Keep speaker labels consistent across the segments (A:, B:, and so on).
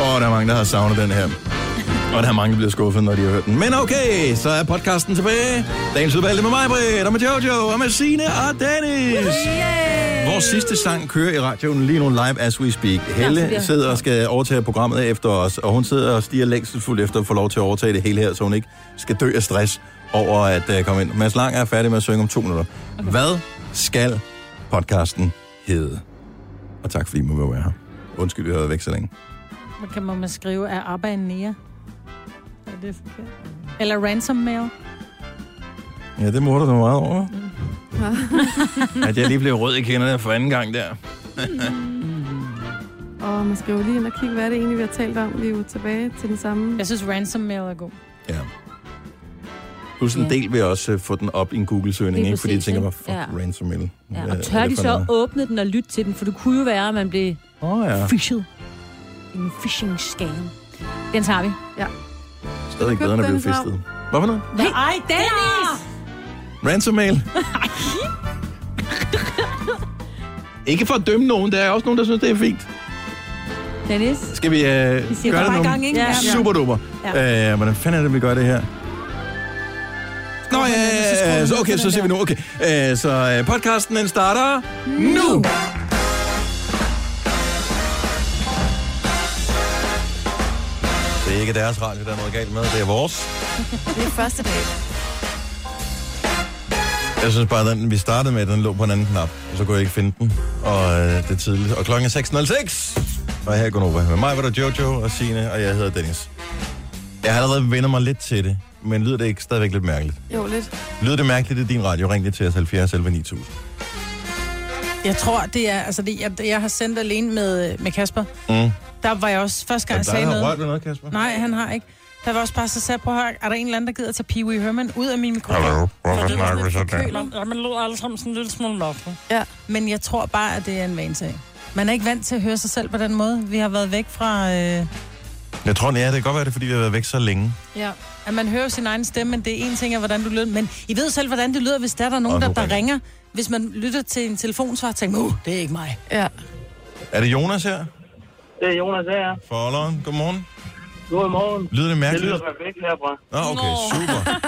A: Og der er mange, der har savnet den her. Og der er mange, der bliver skuffet, når de har hørt den. Men okay, så er podcasten tilbage. Dagens udvalgte med mig, Britt, og med Jojo, og med Signe og Dennis. Vores sidste sang kører i radioen lige nu live as we speak.
B: Ja, så vi
A: Helle
B: har-
A: sidder og skal overtage programmet efter os, og hun sidder og stiger længselsfuldt efter at få lov til at overtage det hele her, så hun ikke skal dø af stress over at uh, komme ind. Mads Lang er færdig med at synge om to minutter. Okay. Hvad skal podcasten hedde? Og tak fordi I må være her. Undskyld, vi har været væk så længe.
C: Hvad kan man skrive? Er ABBA en nære? Er det forkert?
D: Mm.
C: Eller ransom mail?
A: Ja, det morder du meget over. At jeg lige blev rød i kinderne for anden gang der.
E: Og man skal jo lige ind og kigge, hvad er det egentlig, vi har talt om. Vi er jo tilbage til den samme.
C: Jeg synes, ransom mail er god.
A: Ja. Plus en del vil også øh, få den op i en Google-søgning,
B: Lige
A: ikke? Fordi jeg
B: præcis,
A: tænker mig,
B: ikke?
A: fuck,
B: Ja.
A: ja. ransom mail.
B: Ja.
A: Hvad er
B: Og tør
A: det
B: de
A: for
B: så
A: noget?
B: åbne den og lytte til den? For det kunne jo være, at man blev
A: Åh, oh, ja.
B: fished. i En phishing scam. Den tager vi.
A: Stadig
E: Køb
A: bedre, end at blive
E: den så.
A: fistet. Hvorfor noget?
B: Hey, Ej, Dennis!
A: Ransom mail. Ikke for at dømme nogen, der er også nogen, der synes, det er fint.
B: Dennis?
A: Skal vi øh, gøre det
C: bare
A: nu?
C: gang, ikke?
B: Ja.
A: Super duper. Ja. Øh, hvordan fanden er det, vi gør det her? Nå ja, så okay, så ser vi nu. Okay, øh, så øh, podcasten den starter nu. Det er ikke deres radio, der er noget galt med. Det er vores.
F: Det er første dag.
A: Jeg synes bare, den vi startede med, den lå på en anden knap. Og så kunne jeg ikke finde den. Og øh, det er tidligt. Og klokken er 6.06. Og her går over med mig, var der Jojo og Sine og jeg hedder Dennis. Jeg har allerede vendt mig lidt til det, men lyder det ikke stadigvæk lidt mærkeligt?
E: Jo, lidt.
A: Lyder det mærkeligt i din radio? Ring lige til os 70 11 9000.
C: Jeg tror, det er... Altså, det, jeg, jeg har sendt alene med, med Kasper.
A: Mm.
C: Der var jeg også første gang,
A: Er
C: jeg
A: der
C: sagde
A: har
C: noget.
A: rørt ved noget, Kasper?
C: Nej, han har ikke. Der var også bare så sat på her. Er der en eller anden, der gider at tage Pee Wee Herman ud af min mikrofon?
A: Hallo, hvorfor
D: Fordi
A: snakker vi
D: man
A: sådan her?
D: forkøler. Ja, man lå alle sammen sådan en lille smule mørke.
C: Men jeg tror bare, at det er en vanesag. Man er ikke vant til at høre sig selv på den måde. Vi har været væk fra... Øh,
A: Jeg tror, ja, det kan godt være, det er, fordi vi har været væk så længe.
C: ja. At man hører sin egen stemme, men det er en ting af, hvordan du lyder. Men I ved selv, hvordan det lyder, hvis der er der nogen,
A: Og
C: der,
A: nu
C: der
A: ringer.
C: ringer. Hvis man lytter til en telefonsvar, tænker man, uh, det er ikke mig.
E: Ja.
A: Er det Jonas her?
G: Det er Jonas her.
A: Forholderen, godmorgen.
G: Godmorgen.
A: Lyder det
G: Det
A: mærkeligt?
G: lyder perfekt herfra.
A: Nå, okay, super.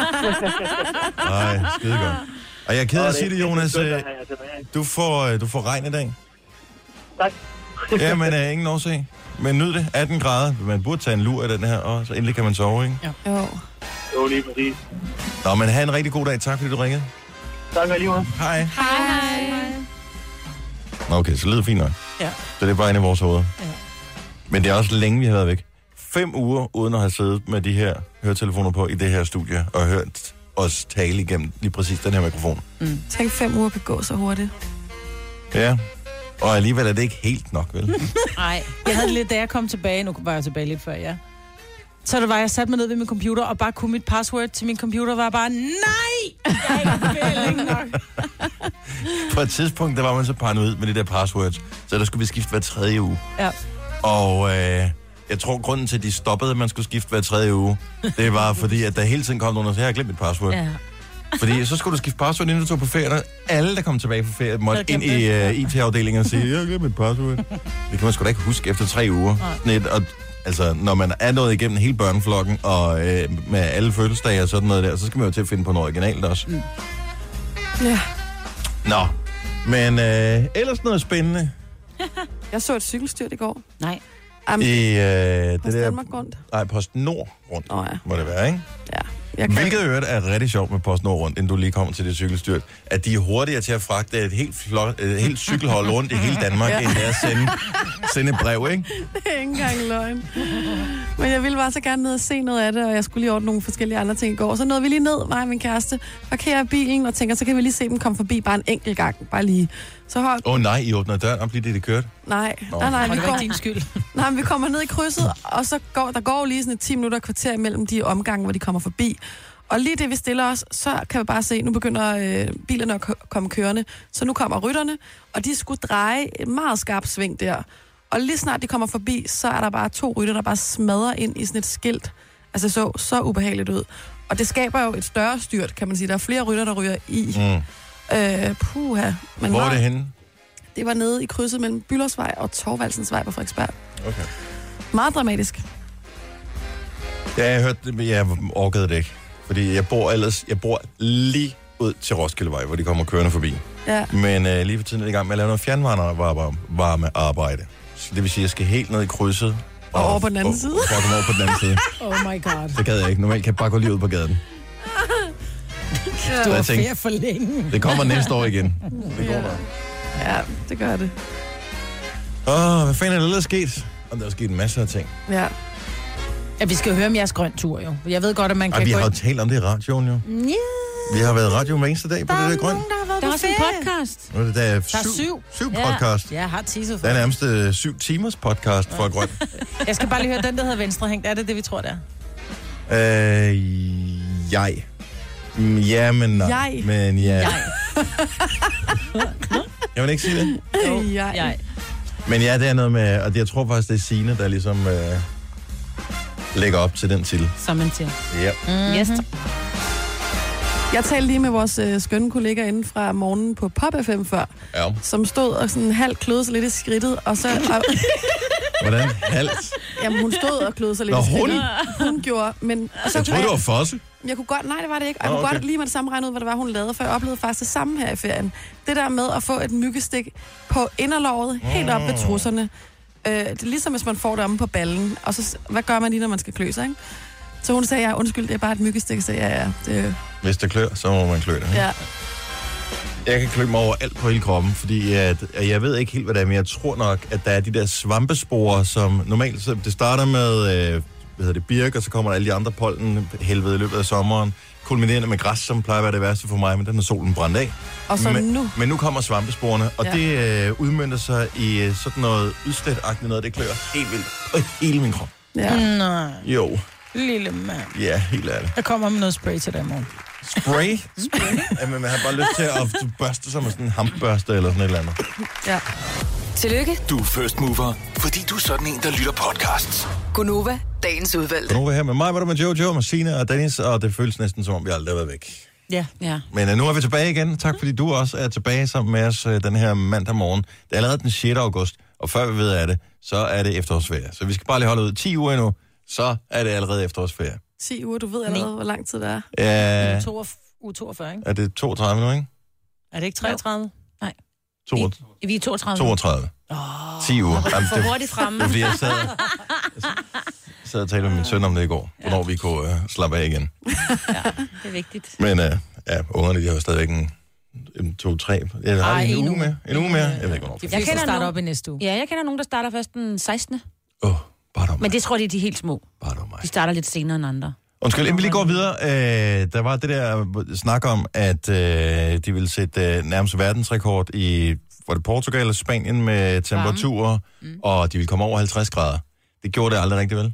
A: Nej, skide godt. Og jeg er ked af at sige det, Jonas.
G: Det er
A: øh,
G: skønt at have jer tilbage.
A: Du får, øh, du får regn i dag.
G: Tak.
A: Ja, men øh, ingen årsag. Men nyd det. 18 grader. Man burde tage en lur af den her, og så endelig kan man sove, ikke?
E: Jo.
G: Jo, lige præcis.
A: Nå, men have en rigtig god dag. Tak, fordi du ringede.
G: Tak alligevel.
A: Hej. Hej. Nå, okay, så lyder det fint nok.
C: Ja.
A: Så det er bare inde i vores hoveder.
C: Ja.
A: Men det er også længe, vi har været væk. Fem uger uden at have siddet med de her høretelefoner på i det her studie og hørt os tale igennem lige præcis den her mikrofon.
C: Mm.
E: Tænk, fem uger kan gå så hurtigt.
A: Ja. Og alligevel er det ikke helt nok, vel?
C: Nej, jeg havde lidt, da jeg kom tilbage, nu var jeg tilbage lidt før, ja. Så det var, jeg satte mig ned ved min computer, og bare kunne mit password til min computer, var bare, nej, jeg vil ikke nok.
A: På et tidspunkt, der var man så paranoid med de der passwords, så der skulle vi skifte hver tredje uge.
C: Ja.
A: Og øh, jeg tror, grunden til, at de stoppede, at man skulle skifte hver tredje uge, det var fordi, at der hele tiden kom nogen og sagde, jeg har glemt mit password.
B: Ja.
A: Fordi så skulle du skifte password, inden du tog på ferie. og Alle, der kom tilbage fra ferie, måtte
C: Havde
A: ind i
C: glemt
A: uh, IT-afdelingen og sige, jeg har glemt mit password. Det kan man sgu da ikke huske efter tre uger. Sådan et, og, altså, når man er nået igennem hele børneflokken, og øh, med alle fødselsdage og sådan noget der, så skal man jo til at finde på noget originalt også. Mm.
E: Ja.
A: Nå, men øh, ellers noget spændende
E: Jeg så et cykelstyrt i går.
C: Nej.
E: Jamen,
A: i øh,
E: på
A: det der...
E: Danmark rundt.
A: Nej, PostNord rundt,
E: Nå ja.
A: må det være, ikke?
E: ja. Jeg kan...
A: Hvilket i øvrigt er rigtig sjovt med PostNord rundt, inden du lige kommer til det cykelstyrt, at de er hurtigere til at fragte et helt, flot, et helt cykelhold rundt i hele Danmark, ja.
E: Ja.
A: end det er at sende, sende et brev, ikke?
E: Det er ikke engang løgn. Men jeg ville bare så gerne ned og se noget af det, og jeg skulle lige ordne nogle forskellige andre ting i går. Så nåede vi lige ned, mig og min kæreste, parkerer bilen og tænker, så kan vi lige se dem komme forbi bare en enkelt gang. Bare lige. Så hold,
A: Åh oh, nej, I åbner døren, og bliver det, det kørt.
E: nej,
A: Nå.
E: nej, nej,
C: Og
E: vi
C: det var
E: går,
C: ikke din skyld.
E: nej, men vi kommer ned i krydset, og så går, der går lige sådan et 10 minutter og kvarter imellem de omgange, hvor de kommer forbi. Og lige det, vi stiller os, så kan vi bare se, nu begynder øh, bilerne at ko- komme kørende. Så nu kommer rytterne, og de skulle dreje et meget skarpt sving der. Og lige snart de kommer forbi, så er der bare to rytter, der bare smadrer ind i sådan et skilt. Altså så så ubehageligt ud. Og det skaber jo et større styrt, kan man sige. Der er flere rytter, der ryger i.
A: Mm.
E: Øh, puha. Men
A: Hvor er
E: nej,
A: det henne?
E: det var nede i krydset mellem Byllersvej og Torvaldsensvej på Frederiksberg.
A: Okay.
E: Meget dramatisk.
A: Ja, jeg hørte det, men jeg orkede det ikke. Fordi jeg bor ellers, jeg bor lige ud til Roskildevej, hvor de kommer kørende forbi.
E: Ja.
A: Men øh, lige for tiden er det i gang med at lave noget fjernvarmearbejde. Så det vil sige, at jeg skal helt ned i krydset.
E: Og over på den anden side.
A: For at komme over på den anden side.
C: Oh my god.
A: Det gad jeg ikke. Normalt kan jeg bare gå lige ud på gaden.
C: Du
A: Så
C: var
A: jeg tænkte,
C: ferie for længe.
A: det kommer næste år igen. Det går
E: Ja.
A: nok.
E: Ja, det gør det.
A: Åh, oh, hvad fanden er der ellers sket? Og der er sket en masse af ting.
E: Ja.
C: Ja, vi skal jo høre om jeres grøn tur, jo. Jeg ved godt, at man kan
A: Ej, vi
C: gå
A: har jo
C: ind...
A: talt om det i radioen jo.
C: Ja,
A: Vi har været i radioen hver eneste dag på
C: der
A: det
C: er
A: der grøn.
C: nogen, der har været
B: Der er
C: på
B: også en
C: ferie.
B: podcast.
A: Nu er det der,
C: Der er
A: syv,
C: syv.
A: syv podcast.
C: Ja, jeg har teaset for
A: Der er
C: det.
A: nærmest øh, syv timers podcast for grøn.
C: Jeg skal bare lige høre den, der hedder Venstrehængt. Er det det, vi tror, det er?
A: Øh, jeg. Mm, Ja, men nej.
E: Jeg.
A: Men ja. Jeg.
B: Jeg.
A: jeg vil ikke sige det.
E: Jeg.
B: Jeg.
A: Men ja, det er noget med, og det- jeg tror faktisk, det er Signe, der ligesom øh, lægger op til den titel.
B: Som man siger.
A: Ja.
B: Yes.
E: Mhm. Jeg talte lige med vores øh, skønne kollega inden fra morgenen på Pop FM før,
A: ja.
E: som stod og sådan halvt kløede sig lidt i skridtet, og så... Og,
A: Hvordan? Hals?
E: jamen, hun stod og kløede sig lidt
A: Nå,
E: i
A: hun?
E: skridtet. Hun gjorde, men... Og så
A: Jeg troede, det var Fosse.
E: Jeg kunne godt, nej, det var det ikke. Og jeg
A: Nå,
E: kunne
A: okay.
E: godt lige med det samme regne ud, hvad det var, hun lavede, for jeg oplevede faktisk det samme her i ferien. Det der med at få et myggestik på inderlovet, helt op ved trusserne. Øh, det er ligesom, hvis man får det omme på ballen. Og så, s- hvad gør man lige, når man skal klø sig, ikke? Så hun sagde, ja, undskyld, det er bare et myggestik. Så ja, ja, det,
A: Hvis det klør, så må man klø det.
E: ja.
A: Jeg kan klø mig over alt på hele kroppen, fordi at, at jeg ved ikke helt, hvad det er, men jeg tror nok, at der er de der svampesporer, som normalt, så det starter med, øh, hvad hedder det, birk, og så kommer der alle de andre pollen helvede i løbet af sommeren, kulminerende med græs, som plejer at være det værste for mig, men den har solen brændt af.
E: Og så
A: men,
E: nu.
A: Men nu kommer svampesporene, og ja.
E: Ja.
A: det øh, udmyndter sig i øh, sådan noget udslætagtigt noget, det klør helt vildt på hele min krop.
E: Ja.
C: Nej,
A: Jo,
C: lille mand.
A: ja, helt ærligt.
C: Jeg kommer med noget spray til dig i morgen.
A: Spray? Spray? Jamen, man har bare lyst til at børste sig med sådan en hampbørste eller sådan et eller andet.
E: ja.
F: Tillykke,
H: Du er first mover, fordi du er sådan en, der lytter podcasts.
F: Gunova, dagens udvalgte.
A: Nu er vi her med mig, var du med Jojo, med Sina og Dennis, og det føles næsten som om, vi aldrig har været væk.
C: Ja.
B: Ja.
A: Men uh, nu er vi tilbage igen. Tak fordi du også er tilbage sammen med os uh, den her mandag morgen. Det er allerede den 6. august, og før vi ved af det, så er det efterårsferie. Så vi skal bare lige holde ud 10 uger endnu, så er det allerede efterårsferie.
E: 10 uger, du ved allerede, hvor lang tid det er.
A: Ja,
C: U 42, ikke?
A: er det 32 nu, ikke?
C: Er det ikke 33?
A: To-
B: Vi er 32.
A: 32. 10 uger. Jamen,
B: For
A: det,
B: hurtigt fremme.
A: det er fordi, jeg sad, jeg sad og talte med min søn om det i går, hvornår vi kunne uh, slappe af igen.
B: Det er vigtigt.
A: Men øh, ja, ungerne, de har jo stadigvæk en, en to, tre... Eller har
C: Ej,
A: de en,
C: en
A: uge
C: uge.
A: med? En uge mere? Jeg ved ikke, hvornår.
C: Jeg kender
B: kender
C: starter
B: nogen.
C: op i næste uge.
B: Ja, jeg kender nogen, der starter først den 16.
A: Åh, oh, bare dog
B: Men
A: mig.
B: det tror jeg, det er de helt små.
A: Bare dog mig.
B: De starter lidt senere end andre.
A: Undskyld, inden vi lige går videre. Øh, der var det der snak om, at øh, de ville sætte øh, nærmest verdensrekord i var det Portugal eller Spanien med temperaturer, mm. og de ville komme over 50 grader. Det gjorde det aldrig rigtigt, vel?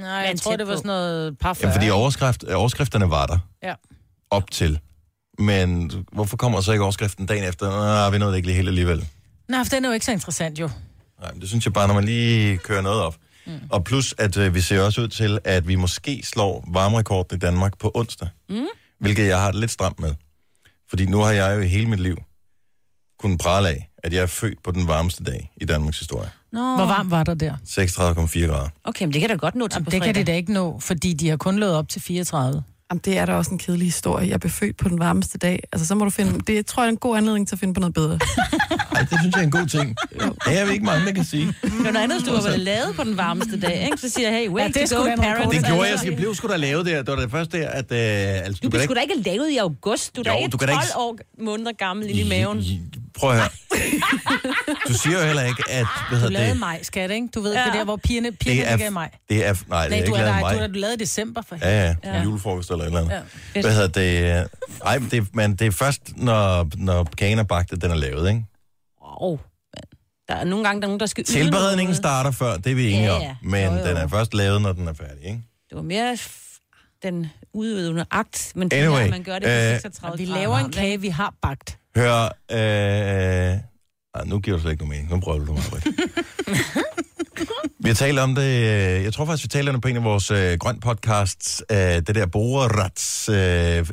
C: Nej, jeg
B: Men
C: tror,
B: tæt
C: det var
B: på.
C: sådan noget par 40.
A: Jamen, fordi overskrift, øh, overskrifterne var der
C: Ja.
A: op til. Men hvorfor kommer så ikke overskriften dagen efter? Nå, vi nåede det ikke lige helt alligevel.
C: Nej, for den er jo ikke så interessant, jo.
A: Nej, men det synes jeg bare, når man lige kører noget op. Mm. Og plus, at øh, vi ser også ud til, at vi måske slår varmerekorden i Danmark på onsdag. Mm. Hvilket jeg har det lidt stramt med. Fordi nu har jeg jo i hele mit liv kunnet prale af, at jeg er født på den varmeste dag i Danmarks historie.
B: Nå,
C: Hvor varmt var der der?
A: 36,4 grader.
B: okay, men det kan da godt nå til
C: Jamen,
B: på
C: det kan
B: fredag.
C: det da ikke nå, fordi de har kun lavet op til 34.
E: Jamen, det er da også en kedelig historie. Jeg blev født på den varmeste dag. Altså, så må du finde... Det tror jeg er en god anledning til at finde på noget bedre.
A: Ej, det synes jeg er en god ting. Det er vi ikke mange, der kan sige.
B: Det var noget andet, hvis du
A: Altså-
B: var lavet på den varmeste dag, ikke? Så siger jeg, hey,
C: Ja,
B: wait,
C: det
B: to
C: skulle
B: go,
C: da nogle
B: parents.
C: korte
A: Det gjorde jeg, jeg blev sgu da lavet der. Det var det første der, at... Øh, altså,
B: Du
A: kan
B: blev sgu da ikke lavet i august. Du er da
A: Jo,
B: ikke
A: du
B: 12
A: kan da ikke-
B: år måneder gammel inde i maven.
A: Prøv at høre. Du siger jo heller ikke, at... Hvad
C: Du
A: hedder
C: lavede
A: det?
C: maj, skat, ikke? Du ved,
B: Ja.
C: det der, hvor pigerne, pigerne
A: Det
C: ligger i
A: er,
C: maj.
A: det er, nej, det er
C: Nej,
A: ikke
C: du har
A: lavet i
C: da-
A: maj.
C: du har da lavet i december for helvede.
A: Ja, ja, ja. julefrokost eller et eller andet. Ja.
B: fedt.
A: Hvad hedder det? øh, Ej, men det, er- men det er først, når, når kagen er bagt, at den er lavet, ikke?
B: Wow, mand. Der er nogle gange, der er nogen, der skal yde
A: Tilberedningen
B: noget.
A: starter før, det er vi enige
B: Ja,
A: om.
B: ja.
A: Men
B: Jo, jo.
A: den er først lavet, når den er færdig, ikke?
B: Det var mere f- den udøvende akt, men det
A: Anyway,
B: er, man gør det på
A: øh,
B: 36
C: Vi
B: grader
C: laver en
B: varmt, ikke?
C: kage, vi har bagt.
A: Hør, øh... Ej, nu giver du slet ikke nogen mening. Nu prøver du mig, Britt. Vi har talt om det, øh, jeg tror faktisk, vi taler om det på en af vores øh, grøn podcasts, øh, det der Borerats øh,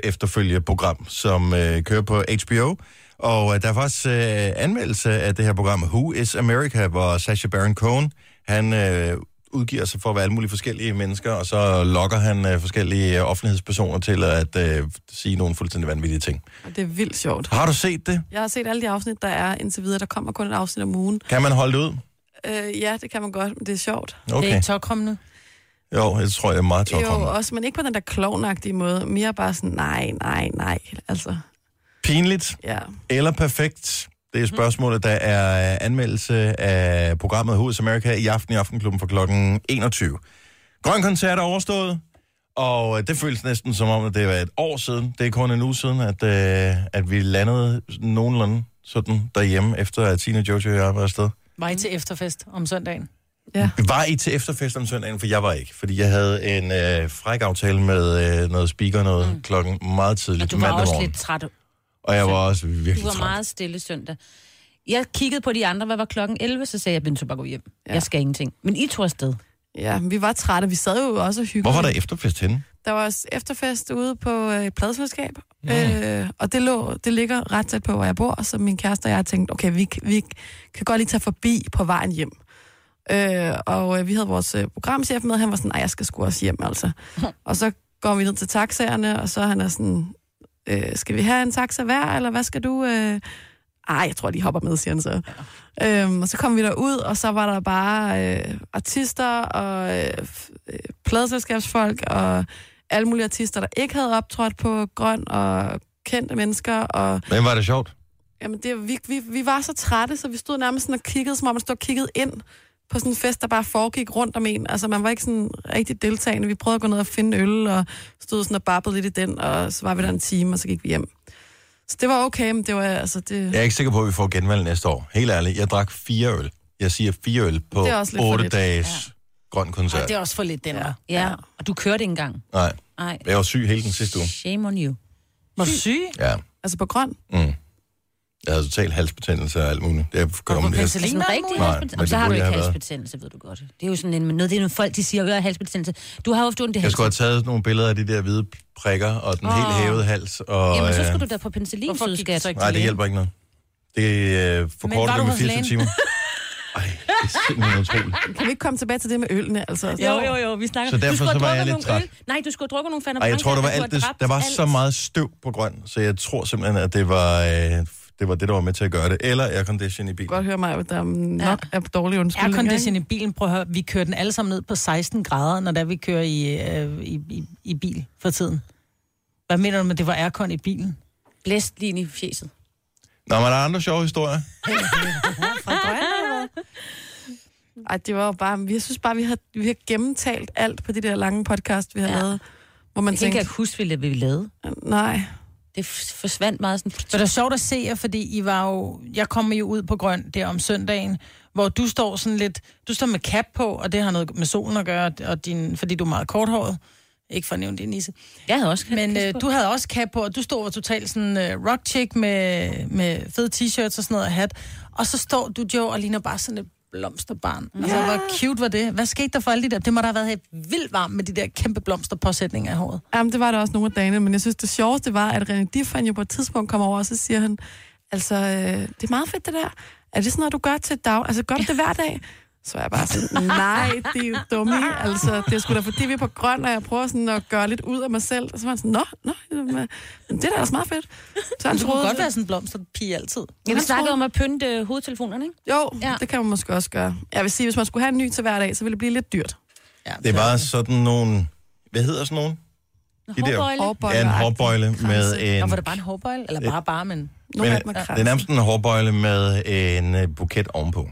A: efterfølgeprogram, som øh, kører på HBO. Og øh, der er faktisk øh, anmeldelse af det her program, Who is America, hvor Sacha Baron Cohen, han øh, udgiver sig for at være alle mulige forskellige mennesker, og så lokker han øh, forskellige øh, offentlighedspersoner til at øh, sige nogle fuldstændig vanvittige ting.
E: Og det er vildt sjovt.
A: Har du set det?
E: Jeg har set alle de afsnit, der er indtil videre. Der kommer kun et afsnit om ugen.
A: Kan man holde det ud?
E: Øh, ja, det kan man godt, men det er sjovt.
C: Det er
A: Okay.
C: ikke tokrummende.
A: Jo, jeg tror, jeg er meget
E: Jo,
A: tåkommende.
E: også, men ikke på den der klovnagtige måde. Mere bare sådan, nej, nej, nej. Altså,
A: Pinligt
E: ja.
A: eller perfekt? Det er spørgsmålet, der er anmeldelse af programmet Hus America i aften i Aftenklubben for klokken 21. Grøn koncert er overstået, og øh, det føles næsten som om, at det var et år siden. Det er kun en uge siden, at, øh, at vi landede nogenlunde sådan derhjemme, efter at Tina, Jojo og jeg var afsted.
C: Var I til efterfest om søndagen?
A: Var I til efterfest om søndagen? For jeg var ikke, fordi jeg havde en øh, fræk aftale med øh, noget speaker noget mm. klokken meget
I: Og
A: tidligt
I: du var
A: mandag
I: også
A: morgen.
I: lidt træt.
A: Og jeg var også
I: Du
A: virkelig
I: var
A: træt.
I: meget stille søndag. Jeg kiggede på de andre, hvad var klokken 11, så sagde jeg, at jeg bare gå hjem. Ja. Jeg skal ingenting. Men I tog afsted.
E: Ja, vi var trætte. Vi sad jo også og hyggede.
A: Hvor var der efterfest henne?
E: Der var også efterfest ude på øh, et pladselskab, øh, og det, lå, det ligger ret tæt på, hvor jeg bor, så min kæreste og jeg tænkte, okay, vi, vi kan godt lige tage forbi på vejen hjem. Øh, og øh, vi havde vores øh, programchef med, han var sådan, nej, jeg skal sgu også hjem, altså. og så går vi ned til taxaerne, og så han er sådan, øh, skal vi have en taxa hver, eller hvad skal du... Øh, ej, jeg tror, de hopper med, siger han så. Øhm, og så kom vi derud, og så var der bare øh, artister og øh, f- øh, pladselskabsfolk og alle mulige artister, der ikke havde optrådt på Grøn og kendte mennesker. Og,
A: Men var det sjovt?
E: jamen, det, vi, vi, vi var så trætte, så vi stod nærmest sådan og kiggede, som om man stod og kiggede ind på sådan en fest, der bare foregik rundt om en. Altså, man var ikke sådan rigtig deltagende. Vi prøvede at gå ned og finde øl, og stod sådan og babbede lidt i den, og så var vi der en time, og så gik vi hjem. Så det var okay, men det var altså... Det,
A: Jeg er ikke sikker på, at vi får genvalg næste år. Helt ærligt, jeg drak fire øl. Jeg siger fire øl på
E: Det er også lidt for
A: otte
E: lidt.
A: dages ja. grøn
C: Og
A: koncert.
C: det er også for lidt, den var.
I: Ja, og du kørte ikke engang.
A: Nej,
I: Nej.
A: jeg var syg hele den sidste uge.
I: Shame on you.
C: Var du syg?
A: Ja,
E: altså på Grøn.
A: mm. Jeg havde total halsbetændelse og alt muligt. Jeg kom,
C: på
A: jeg,
C: penicillin?
I: Sådan
C: Ligner
A: muligt?
I: rigtig
C: den
A: Nej, men
I: halsbetændelse. Jamen, så
A: det
I: har du
A: burde jeg
I: ikke
A: have været.
I: halsbetændelse, ved du godt. Det er jo sådan en, noget, det er noget folk, de siger, at halsbetændelse. Du har ofte ondt i
A: jeg skulle
I: halsen.
A: have taget nogle billeder af de der hvide prikker og den oh. helt hævede hals. Og,
I: Jamen, så
A: øh,
I: skulle du da på penicillin,
C: Hvorfor
I: søde
C: gik du
I: skat.
C: så ikke
A: Nej, det
C: til lægen?
A: hjælper ikke noget. Det øh,
C: var
A: forkorter
C: du
A: det med
C: hos
A: 24
C: lægen?
A: timer. Ej, det er simpelthen utroligt.
E: Kan vi ikke komme tilbage til det med ølene? Altså,
I: Jo, jo, jo, vi snakker.
A: Så derfor
I: du skulle
A: så var
I: have
A: jeg
I: drukket
A: lidt
I: nogle Øl. Nej, du skulle have drukket nogle fanden
A: Ej, jeg tror, der var, alt det, der var så meget støv på grøn, så jeg tror simpelthen, at det var, øh, det, var det, der var med til at gøre det. Eller aircondition i bilen.
E: godt høre mig, at der nok er dårlige
C: Er
E: undskyldninger.
C: condition i bilen, prøv at høre, vi kører den alle sammen ned på 16 grader, når der vi kører i, øh, i, i, i bil for tiden. Hvad mener du med, det var aircon i bilen?
I: Blæst lige ind i fjeset.
A: Nå, men der er andre sjove historier.
E: ikke? Ej, det var jo bare, jeg synes bare, vi har, vi har gennemtalt alt på det der lange podcast, vi har ja.
I: Ja.
E: lavet. Hvor man
I: Jeg kan
E: tænker,
I: ikke huske, hvad vi lavede.
E: nej,
I: Det f- forsvandt meget sådan.
C: For det er sjovt at se jer, fordi I var jo, jeg kom jo ud på grøn der om søndagen, hvor du står sådan lidt, du står med cap på, og det har noget med solen at gøre, og din, fordi du er meget korthåret. Ikke for at nævne det, Nisse.
I: Jeg havde også
C: Men øh, du havde også cap på, og du stod og var totalt sådan øh, rock chick med, med fede t-shirts og sådan noget og hat. Og så står du, Jo, og ligner bare sådan et blomsterbarn. Ja. Altså, hvor cute var det? Hvad skete der for alle de der? Det må da have været helt vildt varmt med de der kæmpe blomsterpåsætninger i håret.
E: Jamen, det var der også nogle af dagene, men jeg synes, det sjoveste var, at René Diffan jo på et tidspunkt kommer over, og så siger han, altså, øh, det er meget fedt det der. Er det sådan noget, du gør til dag? Altså, gør du det hver dag? Så er jeg bare sådan, nej, det er jo dumme. Altså, det er sgu da fordi, vi er på grøn, og jeg prøver sådan at gøre lidt ud af mig selv. Og så var han sådan, nå, nå, jamen, det er da også meget fedt. Så han
C: Du kunne
E: troede,
C: godt være sådan en blomsterpige altid.
I: Jeg
E: han
I: snakkede
E: troede-
I: om at pynte øh, hovedtelefonerne, ikke?
E: Jo,
I: Ja.
E: ja. det kan man måske også gøre. Jeg vil sige, hvis man skulle have en ny til hver dag, så ville det blive lidt dyrt.
C: Ja,
A: Det var sådan nogle... Hvad hedder sådan nogle? De der-
I: Hårbøjle.
A: Ja, en hårbøjle med
C: Nå,
A: en...
C: Altså, var det bare en hårbøjle? Eller bare bare, men...
E: Nogle af dem
A: men,
E: er
A: det er nærmest en hårbøjle med en øh, buket ovenpå.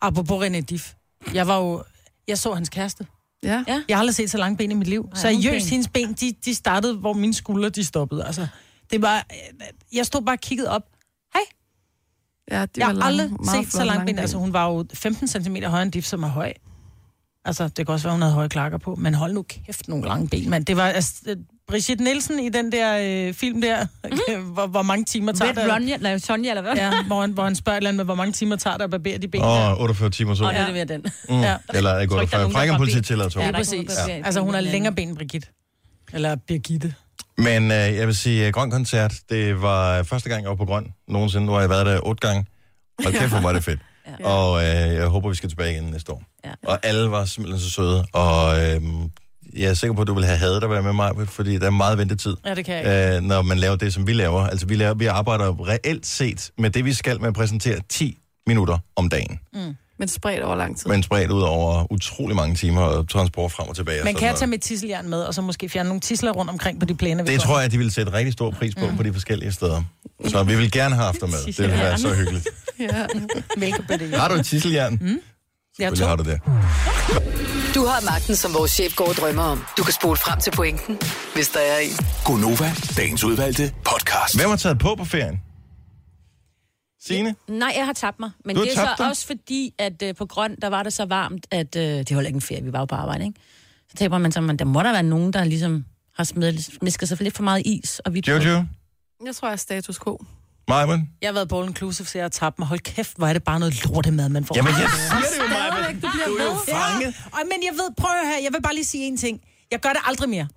C: Apropos René Diff. Jeg var jo... Jeg så hans kæreste.
E: Ja.
I: Ja.
E: ja.
C: Jeg har aldrig set så lange ben i mit liv.
I: Ej, nogle
C: Seriøst,
I: ben.
C: hendes ben, de, de startede, hvor mine skuldre, de stoppede. Altså, det var... øh, Jeg stod bare og kiggede op.
E: ja de
C: Jeg
E: var
C: har
E: lange,
C: aldrig
E: meget
C: set så
E: flotte
C: lange ben. Altså, hun var jo 15 cm højere end Diff, som er høj. Altså, det kan også være, hun havde høje klakker på, men hold nu kæft, nogle lange ben, mand. Det var altså, øh, Brigitte Nielsen i den der øh, film der,
E: Mm.
C: hvor, hvor mange timer tager
I: Red
C: det?
I: Ronja, nej, Sonja, eller hvad?
C: Ja, hvor han, hvor han spørger et eller andet med, hvor mange timer tager der at barbere de ben der.
A: Og 48 timer så.
I: Og det er ved den.
A: Mm.
C: ja.
A: Eller er det
I: tror
A: gået
I: ikke, der
A: fra
I: er nogen, der
A: Frækker
I: har
A: politiet
I: bedt.
A: til at
I: Ja,
A: tog.
I: der er ikke nogen,
C: Præcis.
I: der barberet
C: Altså, hun har
I: ben eller
C: længere ben, end Brigitte. Eller Birgitte.
A: Men øh, jeg vil sige, øh, Grøn Koncert, det var første gang, jeg var på Grøn nogensinde. Nu har jeg været der otte gange. Og kæft, hvor var det fedt. Og øh, jeg håber, vi skal tilbage igen næste år.
I: Ja.
A: Og alle var simpelthen så søde, og øhm, jeg er sikker på, at du vil have hadet at være med mig, fordi der er meget ventetid.
C: Ja, det kan jeg ikke.
A: øh, når man laver det, som vi laver. Altså, vi, laver, vi arbejder jo reelt set med det, vi skal med at præsentere 10 minutter om dagen.
I: Mm.
E: Men spredt over
C: Altså.
E: lang tid.
A: Men spredt ud over utrolig mange timer og transport frem og tilbage. og
C: Man
A: sådan
C: kan jeg
A: noget.
C: tage mit tisseljern med, og så måske fjerne nogle tisler rundt omkring på de plæner, vi
A: Det
C: går.
A: tror jeg, at de vil sætte rigtig stor pris på mm. på de forskellige steder. Så vi vil gerne have haft dig med. Det ville være så hyggeligt.
E: Ja.
A: Har du et tisseljern? Mm.
C: Jeg
A: Selvfølgelig har du det.
F: Du har magten, som vores chef går og drømmer om. Du kan spole frem til pointen, hvis der er en.
H: Gonova, dagens udvalgte podcast.
A: Hvem har taget på på ferien? Signe?
I: Nej, jeg har tabt mig. Men
A: Du har
I: det er så
A: tabt dig?
I: også fordi, at øh, på grøn, der var det så varmt, at øh, det holder ikke en ferie, vi var jo på arbejde, ikke? Så taber man så, man, der må der være nogen, der ligesom har smidt, misket sig lidt for meget is. Og vi
A: Jojo?
E: Jeg tror, jeg er status quo.
A: Majben?
C: Jeg har været på All Inclusive, så jeg har tabt mig. Hold kæft, hvor er det bare noget lortemad, man får.
A: Jamen, jeg siger det jo, Majben.
C: du bliver
A: er jo fanget.
C: Ja. Og, men jeg ved, prøv at høre, jeg vil bare lige sige en ting. Jeg gør det aldrig mere.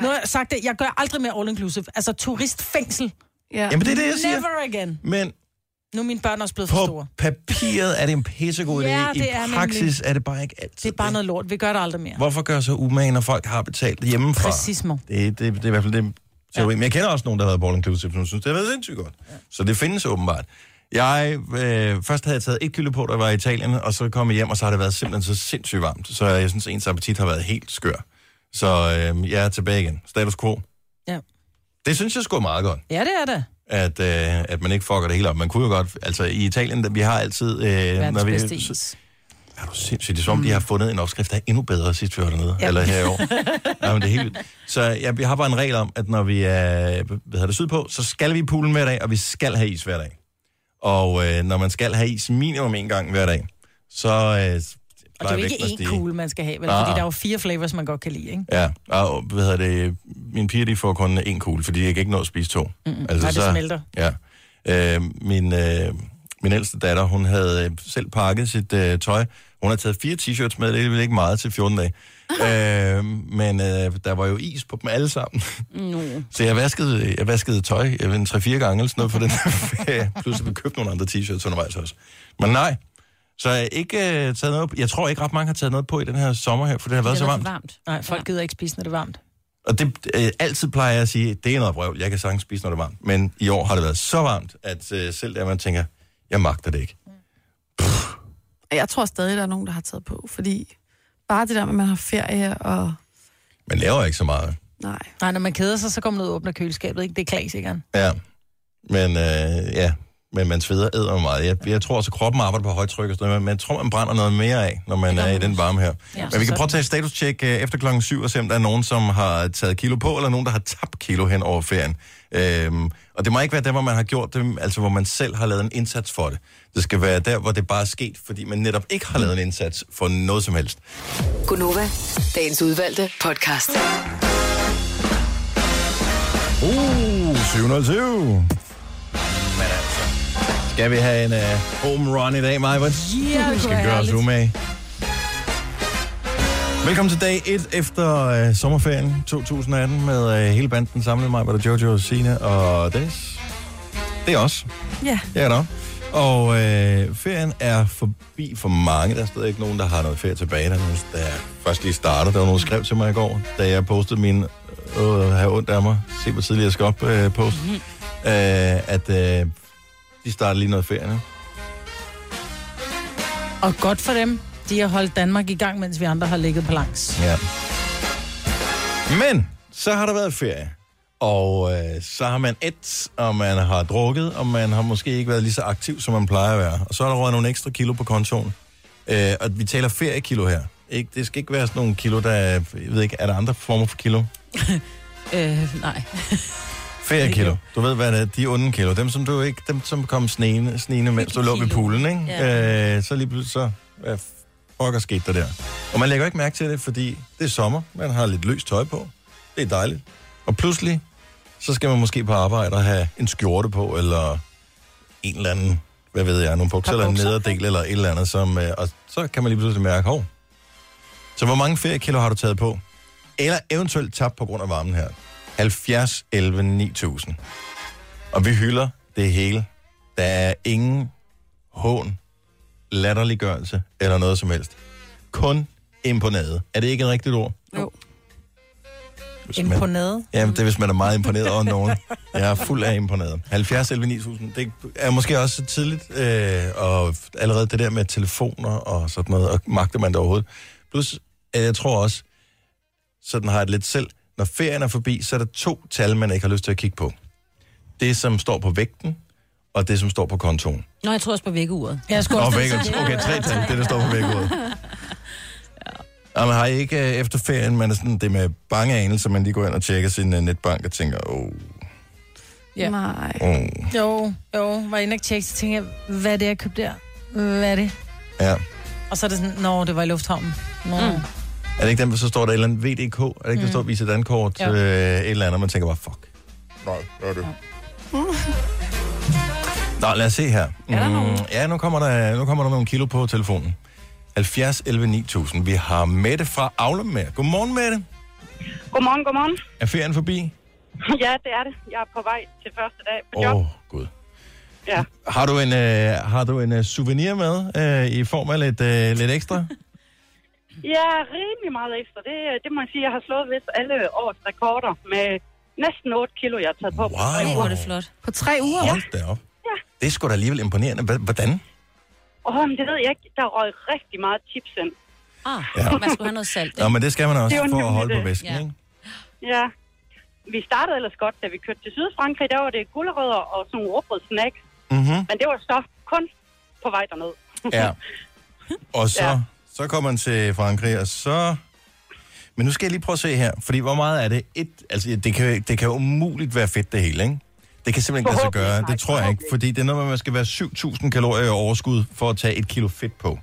C: Nu har jeg sagt det, jeg gør aldrig mere all inclusive. Altså turistfængsel.
E: Ja.
A: Jamen, det er det, jeg siger.
C: Never again.
A: Men
C: Nu er mine børn også blevet for
A: på
C: store.
A: papiret er det en pissegod idé.
C: Ja,
A: I
C: det er nemlig.
A: praksis er det bare ikke altid.
C: Det er bare noget lort. Vi gør det aldrig mere.
A: Hvorfor gøre sig umage, når folk har betalt det hjemmefra?
C: Præcis, mor.
A: Det, det, det er i hvert fald det teori. Ja. Men jeg kender også nogen, der har været på all inclusive, som synes, det har været sindssygt godt. Ja. Så det findes åbenbart. Jeg øh, først havde jeg taget et kilo på, da jeg var i Italien, og så kom jeg hjem, og så har det været simpelthen så sindssygt varmt. Så jeg synes, ens appetit har været helt skør. Så øh, jeg er tilbage igen. Status quo.
C: Ja.
A: Det synes jeg sgu er meget godt
C: Ja, det er det.
A: at, øh, at man ikke fucker det hele op. Man kunne jo godt, altså i Italien, der, vi har altid... Øh,
C: Verdens
A: vi,
C: bedste is.
A: så- er du sindssygt, det er som om, de
C: Mm.
A: har fundet en opskrift, der er endnu bedre sidst vi var dernede, ja. eller her i år. Nej, men det er helt vildt. Så jeg, jeg har bare en regel om, at når vi er hvad hedder det, sydpå, så skal vi i poolen hver dag, og vi skal have is hver dag. Og øh, når man skal have is minimum en gang hver dag, så... Øh,
C: Og det er jo ikke én kugle, man skal have, vel?
A: Ah.
C: Fordi der er jo fire flavors, man godt kan lide, ikke?
A: Ja, og hvad hedder det, mine piger, de får kun en kugle, fordi jeg kan ikke nå at spise to. Mm-hmm. Altså,
C: Nej, det smelter.
A: Ja. Øh, min, øh, min ældste datter, hun havde øh, selv pakket sit øh, tøj. Hun har taget fire t-shirts med, det er vel ikke meget til 14 dage. øh, men øh, der var jo is på dem alle sammen. No. Så jeg vaskede, jeg vaskede tøj jeg ved, en 3-4 gange eller sådan noget for den her ferie. Plus at vi købte nogle andre t-shirts undervejs også. Men nej, så jeg har ikke øh, taget noget, jeg tror ikke ret mange har taget noget på i den her sommer her, for det har været så varmt.
I: varmt.
C: Nej, folk gider ikke spise, når det er varmt.
A: Og det, øh, altid plejer jeg at sige, det er noget brøvl, jeg kan sagtens spise, når det er varmt. Men i år har det været så varmt, at øh, selv der man tænker, jeg magter det ikke.
E: Jeg tror stadig, der er nogen, der har taget på, fordi bare det der med, at man har ferie og...
A: Man laver ikke så meget.
E: Nej.
C: Nej, når man keder sig, så går man ud og åbner køleskabet, ikke? Det er klassikeren.
A: Ja. Men, øh, ja. Men man sveder æder meget. Jeg, jeg tror også, at kroppen arbejder på højtryk og sådan noget, men man tror, man brænder noget mere af, når man er i den varme her. Ja, men vi kan prøve at tage et status-check øh, efter klokken 7 og se, om der er nogen, som har taget kilo på, eller nogen, der har tabt kilo hen over ferien. Øhm, og det må ikke være der, hvor man har gjort det, altså hvor man selv har lavet en indsats for det. Det skal være der, hvor det bare er sket, fordi man netop ikke har lavet en indsats for noget som helst.
F: Gonova, dagens udvalgte podcast.
A: Uh, 720. Men altså, skal vi have en uh, home run i dag, Maja?
C: Ja, det
A: Vi skal gøre os umage. Velkommen til dag 1 efter øh, sommerferien 2018 med øh, hele banden samlet mig, hvor der er Jojo, Sine og Dennis. Det er os.
E: Ja.
A: Jeg er der. Og øh, ferien er forbi for mange. Der er stadig ikke nogen, der har noget ferie tilbage. Der er nogen, der først lige starter. Der var nogen, der skrev til mig i går, da jeg postede min øh, have ondt af mig, se hvor tidligt jeg skal op øh, post, øh, at øh, de starter lige noget ferie nu.
C: Og godt for dem. De har holdt Danmark i gang, mens vi andre har ligget på langs.
A: Ja. Men så har der været ferie, og øh, så har man et, og man har drukket, og man har måske ikke været lige så aktiv, som man plejer at være. Og så er der røget nogle ekstra kilo på kontoen. Øh, og vi taler feriekilo her. Ikke, det skal ikke være sådan nogle kilo, der... er- Jeg ved ikke, er der andre former for kilo?
I: Øh, nej.
A: Feriekilo. Du ved, hvad det er. De onde kilo. Dem, som du ikke... Dem, som kom snigende, snigende mens du lå ved
I: Hyggekilo.
A: poolen, ikke?
I: Ja.
A: Øh, så lige pludselig så... Hvad fuck er sket der der? Og man lægger ikke mærke til det, fordi det er sommer. Man har lidt løst tøj på. Det er dejligt. Og pludselig, så skal man måske på arbejde og have en skjorte på, eller en eller anden, hvad ved jeg, nogle bukser, eller en nederdel, eller et eller andet, som, øh, og så kan man lige pludselig mærke, hov. Så hvor mange feriekilo har du taget på? Eller eventuelt tabt på grund af varmen her? 70, 11, 9000. Og vi hylder det hele. Der er ingen hån, latterliggørelse eller noget som helst. kun imponeret. Er det ikke et rigtigt ord?
E: Jo.
A: Hvis man-
C: Imponade.
A: Ja, det er, hvis man er meget imponeret over nogen. Jeg er fuld af imponeret. 70 11 9000, det er måske også tidligt, øh, og allerede det der med telefoner og sådan noget, og magter man det overhovedet. Plus, at jeg tror også, sådan har jeg det lidt selv, når ferien er forbi, så er der to tal, man ikke har lyst til at kigge på. Det, som står på vægten, og det, som står på kontoen.
I: Nå, jeg tror også på vækkeuret.
C: Jeg skulle
A: Og
C: også
A: væggen. Okay, tre tal, det, der står på væggeordet. Ja. Jamen, har I ikke øh, efter ferien, man er sådan, det er med bange anelser, man lige går ind og tjekker sin øh, netbank og tænker, åh, oh,
E: Ja.
C: Ja.
E: Nej.
A: åh. Oh.
C: Jo, jo. Var inde og tjekke, så tænkte jeg, hvad er det, jeg købte der? Hvad er det?
A: Ja.
C: Og så er det sådan, nå, det var i lufthavnen. Nå. Mm.
A: Er det ikke dem, så står der et eller andet VDK? Er det ikke, der står Visa Dankort?
C: Jo.
A: Øh, et eller andet, og man tænker bare, fuck. Nej, hvad er det? "Mm." Nå, lad os se her. Mm, ja, nu kommer, der, nu kommer der nogle kilo på telefonen. 70 11 9000. Vi har Mette fra Aulum med. Godmorgen, Mette.
J: Godmorgen, godmorgen.
A: Er ferien forbi?
J: Ja, det er det. Jeg er på vej til første dag på
A: Åh,
J: job.
A: oh, gud.
J: Ja.
A: Har du en, øh, har du en øh, souvenir med øh, i form af lidt, øh, lidt ekstra?
J: Ja, rimelig meget ekstra. Det, det må jeg sige, jeg har slået vist alle års rekorder med næsten 8 kilo, jeg har taget på.
A: Wow.
I: Ej, hvor er det flot.
E: På tre uger?
A: Hold da op. Det er sgu da alligevel imponerende. Hva- Hvordan?
J: Og oh, det ved jeg ikke. Der røg rigtig meget chips ind.
I: Ah,
A: Ja.
I: man skulle have noget salt.
A: Nå, men det skal man også
J: Det er jo
A: for at holde
J: nemlig
A: på
J: det.
A: væsken,
I: Ja.
A: ikke?
J: Ja. Vi startede ellers godt, da vi kørte til Sydfrankrig. Der var det gulerødder og sådan nogle råbrødsnacks.
A: Mm-hmm.
J: Men det var så kun på vej derned.
A: Ja. Og så, ja.
J: Ja.
A: så kommer man til Frankrig, og så... Men nu skal jeg lige prøve at se her, fordi hvor meget er det? Et, altså, det kan, det kan umuligt være fedt, det hele, ikke? Det kan simpelthen ikke lade sig gøre,
J: Forhåbentlig, nej,
A: det tror jeg ikke, fordi det er noget med, at man skal være 7.000 kalorier i overskud for at tage et kilo fedt på.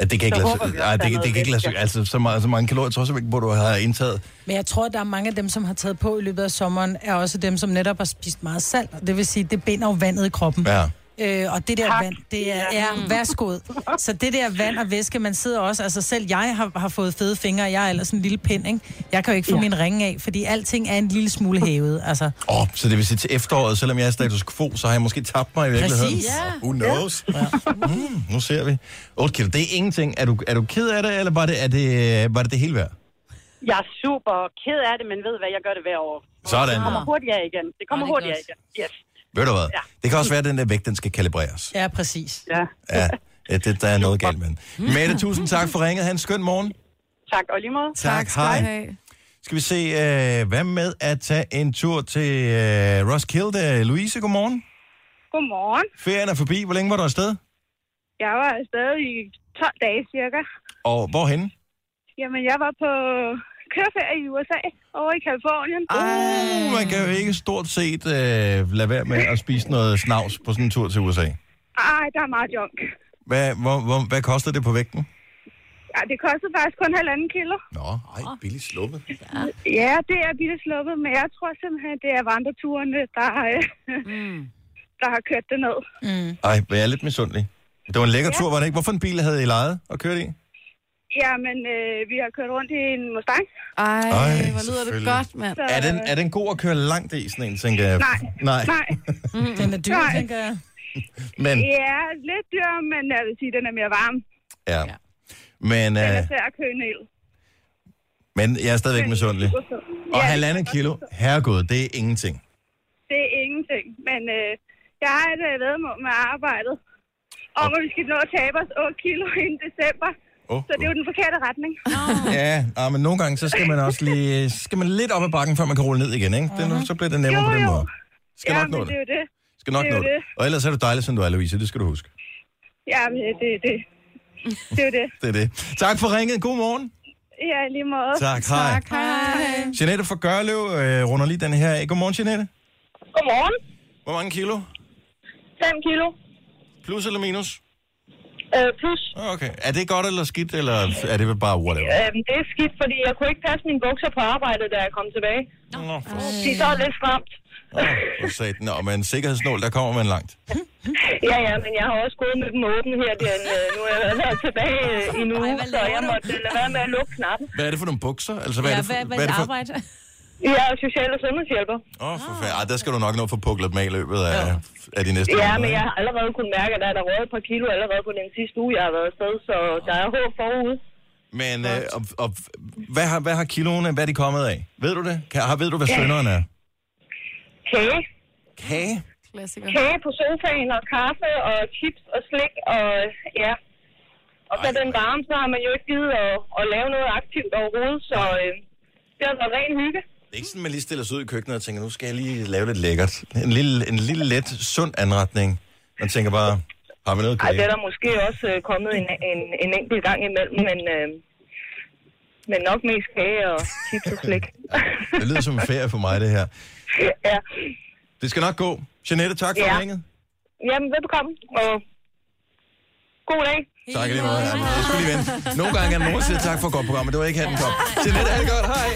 A: Ja, det kan ikke
J: Så
A: lade
J: håber
A: sig,
J: vi
A: nej,
J: også,
A: det,
J: der er
A: det kan ikke lade
J: noget
A: sig,
J: vægt, ja.
A: altså så meget, så mange kalorier, tror jeg simpelthen ikke, hvor du har indtaget.
C: Men jeg tror, der er mange af dem, som har taget på i løbet af sommeren, er også dem, som netop har spist meget salt. Og det vil sige, det binder jo vandet i kroppen.
A: Ja.
C: Øh, og det der
J: Tak.
C: tak. vand, det er, ja, værsgod. Så det der vand og væske, man sidder også, altså selv jeg har, har fået fede fingre, jeg er ellers en lille pind, ikke? Jeg kan jo ikke få ja. min ring af, fordi alting er en lille smule hævet, altså.
A: Åh, oh, så det vil sige til efteråret, selvom jeg er status quo, så har jeg måske tabt mig i virkeligheden.
C: Præcis.
A: Ja. Who knows? Ja. Mm, nu ser vi. 8 kilo, det er ingenting. Er du, er du ked af det, eller var det er det, var det, det hele værd?
J: Jeg er super ked af det, men ved hvad, jeg gør det hver år.
A: Sådan.
J: Det kommer hurtigt af igen. Det kommer
I: Nå, det er
J: hurtigt af
I: godt.
J: igen. Yes.
A: Ved du hvad?
J: Ja.
A: Det kan også være, at den der vægt, den skal kalibreres.
C: Ja, præcis.
J: Ja.
A: Ja, ja det, der er noget galt med den. Mette, tusind tak for ringet. Ha' en skøn morgen.
J: Mm. Tak, og i lige måde.
A: Tak,
E: skal du have.
A: Skal vi se, øh, hvad med at tage en tur til øh, Roskilde? Louise, godmorgen.
J: Godmorgen.
A: Ferien er forbi. Hvor længe var du afsted?
J: Jeg var afsted i 12 dage cirka.
A: Og hvorhen?
J: Jamen, jeg var på køreferie i USA over i Kalifornien.
A: Uh, man kan jo ikke stort set øh, lade være med at spise noget snavs på sådan en tur til USA.
J: Ej, der er meget junk.
A: Hvad, hvor, hvor, hvad koster det på vægten?
J: Ja, det kostede faktisk kun halvanden kilo.
A: Nå, ej, billigt sluppet.
J: Ja, det er bitte sluppet, men jeg tror simpelthen, det er vandreturene, der, mm. der har kørt det ned.
A: Ej, men jeg er lidt misundelig. Det var en lækker tur, var det ikke? Hvorfor en bil havde I lejet og kørt i?
J: Jamen, øh, vi har kørt rundt i en Mustang.
E: Ej,
A: Ej,
E: hvor lyder det
A: selvfølgelig.
E: godt, mand.
A: Er den, er den god at køre langt i sådan en, tænker jeg?
J: Øh. Nej.
A: Nej.
J: Nej,
C: Den er dyr,
J: Nej.
C: tænker jeg.
A: Men,
J: ja, lidt dyr, men jeg vil sige, den er mere varm.
A: ja. Men,
J: Den er
A: øh,
J: svær at købe ned.
A: men jeg er stadigvæk misundelig. Og halvandet kilo, herregud, det er ingenting.
J: Det er ingenting, men øh, jeg har et øh, vedmål med arbejdet om, at vi skal nå at tabe os 8 kilo inden december.
A: Åh,
J: Så det er jo den forkerte retning.
A: Ja, ah, men nogle gange, så skal man også lige, så skal man lidt op ad bakken, før man kan rulle ned igen, ikke? Det, så bliver det nemmere
J: Jo,
A: på den
J: jo.
A: måde. Skal nok nå
J: det er
A: det.
J: jo det.
A: Skal nok
J: det er
A: nå
J: jo
A: det.
J: det.
A: Og ellers er du dejlig, som du er, Louise. Det skal du huske.
J: Jamen, ja, det er det. Det er jo det.
A: Det er det. Tak for ringet. God morgen.
J: Ja, i lige måde.
A: Tak. Hej.
E: Hej.
A: Jeanette fra Gørlev øh, runder lige den her af. Godmorgen, Jeanette.
J: Godmorgen.
A: Hvor mange kilo?
J: 5 kilo.
A: Plus eller minus? Ah,
J: Øh, plus.
A: Okay. Er det godt eller skidt, eller er det bare whatever?
J: Øh, det er skidt, fordi jeg kunne ikke passe mine bukser på arbejdet, da jeg kom tilbage.
A: Nå, for,
J: De er så lidt stramt.
A: Åh, for satan. Nå, med en sikkerhedsnål, der kommer man langt.
J: Ja, ja, men jeg har også gået med dem åbne her. Den, øh, nu er jeg været tilbage øh, i en uge,
I: hvad
J: så
I: laver
J: jeg
I: du?
J: måtte lade være med at lukke knappen.
A: Hvad er det for nogle bukser? Altså, hvad
I: Ja,
A: er det for,
I: hvad, hvad,
A: er
I: hvad
A: det for,
I: arbejde?
J: Jeg er social- og sundhedshjælper.
A: Åh, oh, for fanden. Ej, der skal du nok nå for puklet med i løbet af, af de næste
J: Ja,
A: måneder,
J: men
A: ikke?
J: jeg har allerede kunnet mærke, at der er der røget et par kilo allerede på den sidste uge, jeg har været afsted, så der er håb forude.
A: Men øh, og, og, hvad, har, hvad har kiloene, hvad er de kommet af? Ved du det? Kan, har, ved du, hvad
J: Ja.
A: sønderen er?
J: Kage.
A: Kage?
E: Klassiker.
J: Kage på sofaen og kaffe og chips og slik og ja. Og så den varme, så har man jo ikke givet at, at lave noget aktivt overhovedet, så øh, det har været ren hygge.
A: Det er ikke sådan, man lige stiller sig ud i køkkenet og tænker, nu skal jeg lige lave lidt lækkert. En lille, en lille let, sund anretning. Man tænker bare, har vi noget
J: Ej, det
A: kage?
J: er der måske også øh, kommet en, en, en enkelt gang imellem, men, øh, men nok mest kage og chips og slik.
A: Det lyder som en ferie for mig, det her.
J: ja.
A: Det skal nok gå. Jeanette, tak for
J: Ja.
A: ja. ringet.
J: Jamen, velbekomme, og god dag.
A: Tak lige meget. Ja, Jeg skulle lige vente. Nogle gange er der nogen, der siger tak for et godt program, men det var ikke hatten kom. Jeanette, ha' det godt. Hej.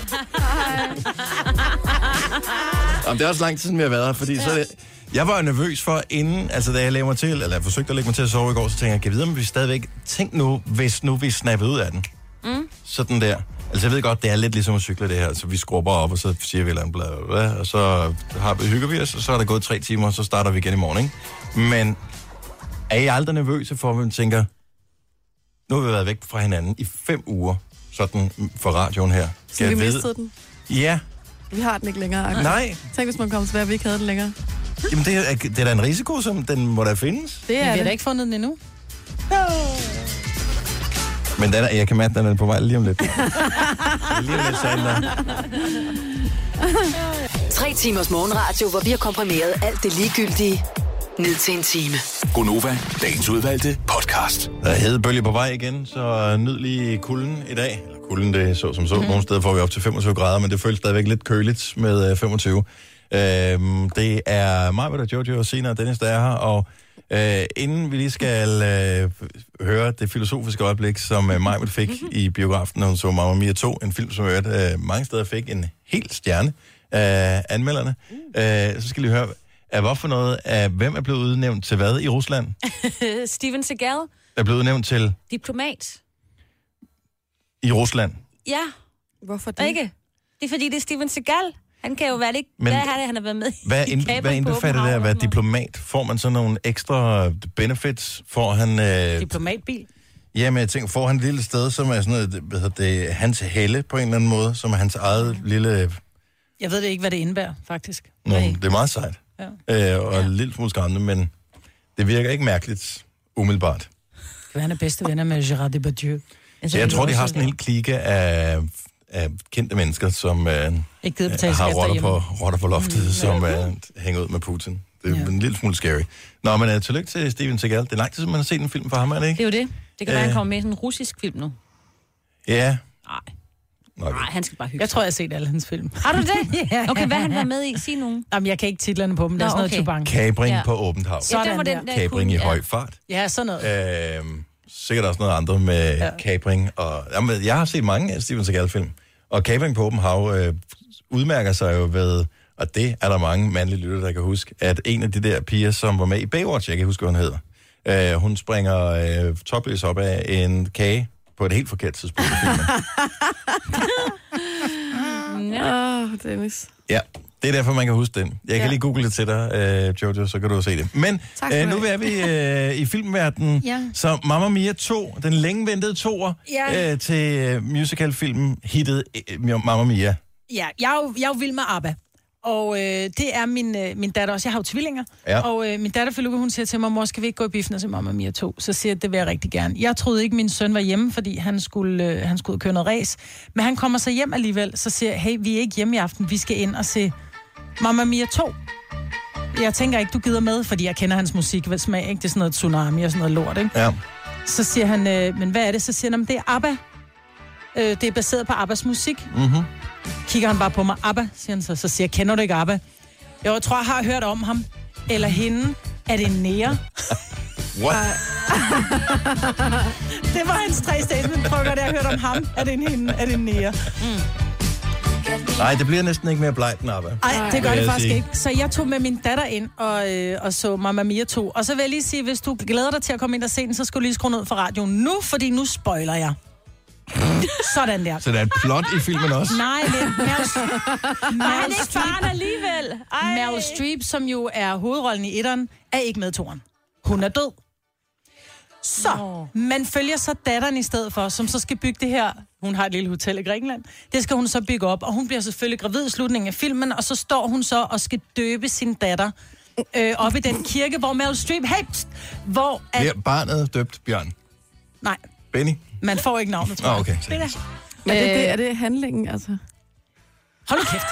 A: Jamen, det er også lang tid, siden vi har været her, fordi så er det... Jeg var jo nervøs for inden, altså da jeg lagde mig til, eller jeg forsøgte at lægge mig til at sove i går, så tænkte jeg, kan jeg vide, om vi stadigvæk... Tænk nu, hvis nu vi snappede ud af den.
K: Mm.
A: Sådan der. Altså jeg ved godt, det er lidt ligesom at cykle det her, så vi skrubber op, og så siger vi et eller andet bla, bla, bla, og så har, vi- hygger vi os, og så er der gået tre timer, og så starter vi igen i morgen, ikke? Men er I aldrig nervøse for, at man tænker, nu har vi været væk fra hinanden i fem uger, sådan for radioen her.
E: Så
A: Skal
E: vi
A: jeg vide-
E: mistede den.
A: Ja,
E: Vi har den ikke længere.
A: Nej.
E: Tænk, hvis man kom tilbage, at vi ikke havde den længere.
A: Jamen, det, er, øh, det er da en risiko, som den må da findes.
E: Det er
C: vi har
E: det.
C: da ikke fundet den endnu.
A: Men den er, jeg kan mærke, at den er på vej lige om lidt. lige om lidt, Sandra.
F: Tre timers morgenradio, hvor vi har komprimeret alt det ligegyldige ned til en time.
H: Gonova, dagens udvalgte podcast.
A: Der er hedebølge på vej igen, så nyd lige kulden i dag. Eller kulden, det er så som så. Mm. Nogle steder får vi op til 25 grader, men det føles stadigvæk lidt køligt med øh, 25. Øhm, det er mig, der Jojo og Sina og Dennis, der er her, og øh, inden vi lige skal øh, høre det filosofiske øjeblik, som øh, Majbert fik i biografen, når hun så Mamma Mia 2, en film, som jeg hørte, øh, mange steder fik en hel stjerne af anmelderne, øh, så skal vi høre, er hvorfor noget af, hvem er blevet udnævnt til hvad i Rusland?
I: Steven Seagal,
A: Er blevet udnævnt til
I: diplomat.
A: i Rusland.
I: Ja.
E: Hvorfor
I: det? Ikke? Det er fordi, det er Steven Seagal. Han kan jo være lidt...
A: Men-
I: Men... Hvad er det, han har været med i?
A: Hvad,
I: i
A: ind,
I: Kaperen
A: hvad
I: på
A: indbefatter det at
I: Åbenhavn?
A: være diplomat? Får man så nogle ekstra øh, benefits? Får han, øh,
C: Diplomatbil.
A: jamen, jeg tænker, får han et lille sted, som er sådan noget, hvad hedder det, hans helle på en eller anden måde, som er hans eget lille...
C: Jeg ved det ikke, hvad det indebærer, faktisk.
A: Nå, det er meget sejt.
C: Ja.
A: Øh, og ja. en lille smule skræmmende, men det virker ikke mærkeligt umiddelbart.
C: Skal han er bedste venner med Gerard Depardieu.
A: Altså, jeg tror, de har sådan en hel klike af, af kendte mennesker, som øh,
C: Ikke gider betale
A: har
C: skat
A: rotter på,
C: derhjemme.
A: rotter på loftet, mm, som øh, hænger ud med Putin. Det er ja. en lille smule scary. Nå, men uh, tillykke til Steven Seagal. Det er lang tid, siden man har set en film fra ham, er det ikke?
I: Det er jo det. Det kan være, han
A: Øh.
I: kommer med i sådan en russisk film nu.
A: Ja.
I: Nej, han skal bare hygge
C: Jeg tror, jeg har set alle hans film.
I: Har du det? Okay, hvad han var med i? Sig nogen.
C: Jamen, jeg kan ikke titlerne på dem. Der er
I: Nå,
C: sådan noget
I: okay.
C: tubang.
A: Kabring
C: Ja.
A: ja. på åbent hav.
C: Ja, den var den der
A: Kabring
C: kunne-
A: i
C: ja.
A: høj fart.
C: Ja, sådan noget.
A: Øhm, sikkert også noget andet med ja. Kabring. Og, jamen, jeg har set mange af Steven Seagal-film. Og Kabring på åben hav øh, udmærker sig jo ved, og det er der mange mandlige lytter, der kan huske, at en af de der piger, som var med i Baywatch, jeg kan ikke huske, hvad hun hedder, øh, hun springer øh, topløs op af en kage på et helt forkert tidspunkt.
E: Åh, oh, Dennis.
A: Ja, det er derfor, man kan huske den. Jeg kan
E: Ja.
A: lige google det til dig, øh, Jojo, så kan du se det. Men
E: Tak skal
A: øh,
E: du
A: nu er
E: have.
A: vi øh, i filmverdenen,
E: Ja.
A: så Mamma Mia 2, den længe ventede toer
C: Ja.
A: øh, til øh, musicalfilmen hittet øh, Mamma Mia.
C: Ja, jeg er jo, jeg er jo vild med ABBA. Og øh, det er min, øh, min datter også. Jeg har jo tvillinger.
A: Ja.
C: Og øh, min datter Feluca, hun siger til mig, mor, skal vi ikke gå i biffen og se Mamma Mia 2? Så siger jeg, det vil jeg rigtig gerne. Jeg troede ikke, min søn var hjemme, fordi han skulle, øh, han skulle ud og køre noget race. Men han kommer så hjem alligevel, så siger jeg, hey, vi er ikke hjemme i aften, vi skal ind og se Mamma Mia 2. Jeg tænker ikke, du gider med, fordi jeg kender hans musik, hvad smag, ikke? Det er sådan noget tsunami og sådan noget lort, ikke?
A: Ja.
C: Så siger han, øh, men hvad er det? Så siger han, "Jamen, det er ABBA. Øh, det er baseret på ABBAs musik
A: Mm-hmm.
C: kigger han bare på mig. Abba, siger han så. Så siger jeg, kender du ikke Abba? Jo, jeg tror, jeg har hørt om ham. Eller hende. Er det nære?
A: What?
C: det var hans tre statement. Prøv at gøre det, jeg har hørt om ham. Er det en hende? Er det en nære?
K: Mm.
A: Nej, det bliver næsten ikke mere blegt end Abba.
C: Nej, det
A: vil
C: gør det
A: jeg
C: faktisk
A: sige.
C: ikke. Så jeg tog med min datter ind og, øh, og så Mamma Mia 2. Og så vil jeg lige sige, hvis du glæder dig til at komme ind og se den, så skal du lige skrue ned for radioen nu, fordi nu spoiler jeg. Sådan der.
A: Så der er et plot i filmen også.
C: Nej, men Meryl,
K: Var han ikke faren alligevel? Ej.
C: Meryl Streep, som jo er hovedrollen i etteren, er ikke med i toren. Hun er død. Så man følger så datteren i stedet for, som så skal bygge det her. Hun har et lille hotel i Grækenland. Det skal hun så bygge op, og hun bliver selvfølgelig gravid i slutningen af filmen, og så står hun så og skal døbe sin datter øh, op i den kirke, hvor Meryl Streep... Hey, pst, hvor... At,
A: Bliver barnet døbt Bjørn?
C: Nej,
A: Benny?
C: man får ikke navnet, tror
A: Nå,
C: jeg.
A: Ah, okay.
C: Det er
E: Er det, det, er
C: Øh,
E: det handlingen, altså?
C: Hold nu kæft.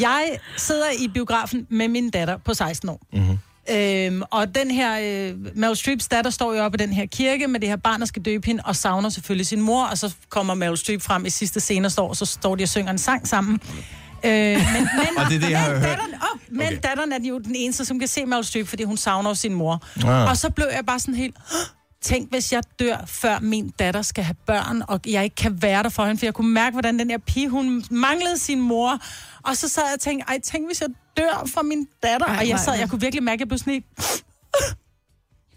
C: Jeg sidder i biografen med min datter på 16 år.
A: Mm-hmm.
C: Øhm, og den her, øh, Meryl Streeps datter står jo oppe i den her kirke med det her barn, der skal døbe hende, og savner selvfølgelig sin mor, og så kommer Meryl Streep frem i sidste scene og står, og så står de og synger en sang sammen. Øh, men, men,
A: Og det er det, jeg har
C: men,
A: hørt.
C: datteren, oh, men okay. datteren er jo den eneste, som kan se Meryl Streep, fordi hun savner jo sin mor.
A: Ah.
C: Ah. Og så blev jeg bare sådan helt... "Hå, Tænk, hvis jeg dør, før min datter skal have børn, og jeg ikke kan være der for hende, for jeg kunne mærke, hvordan den her pige, hun manglede sin mor. Og så sad jeg og tænkte, ej, tænk, hvis jeg dør for min datter.
E: Ej,
C: Ej, og jeg
E: nej,
C: sad,
E: nej.
C: jeg kunne virkelig mærke, at jeg blev sådan helt...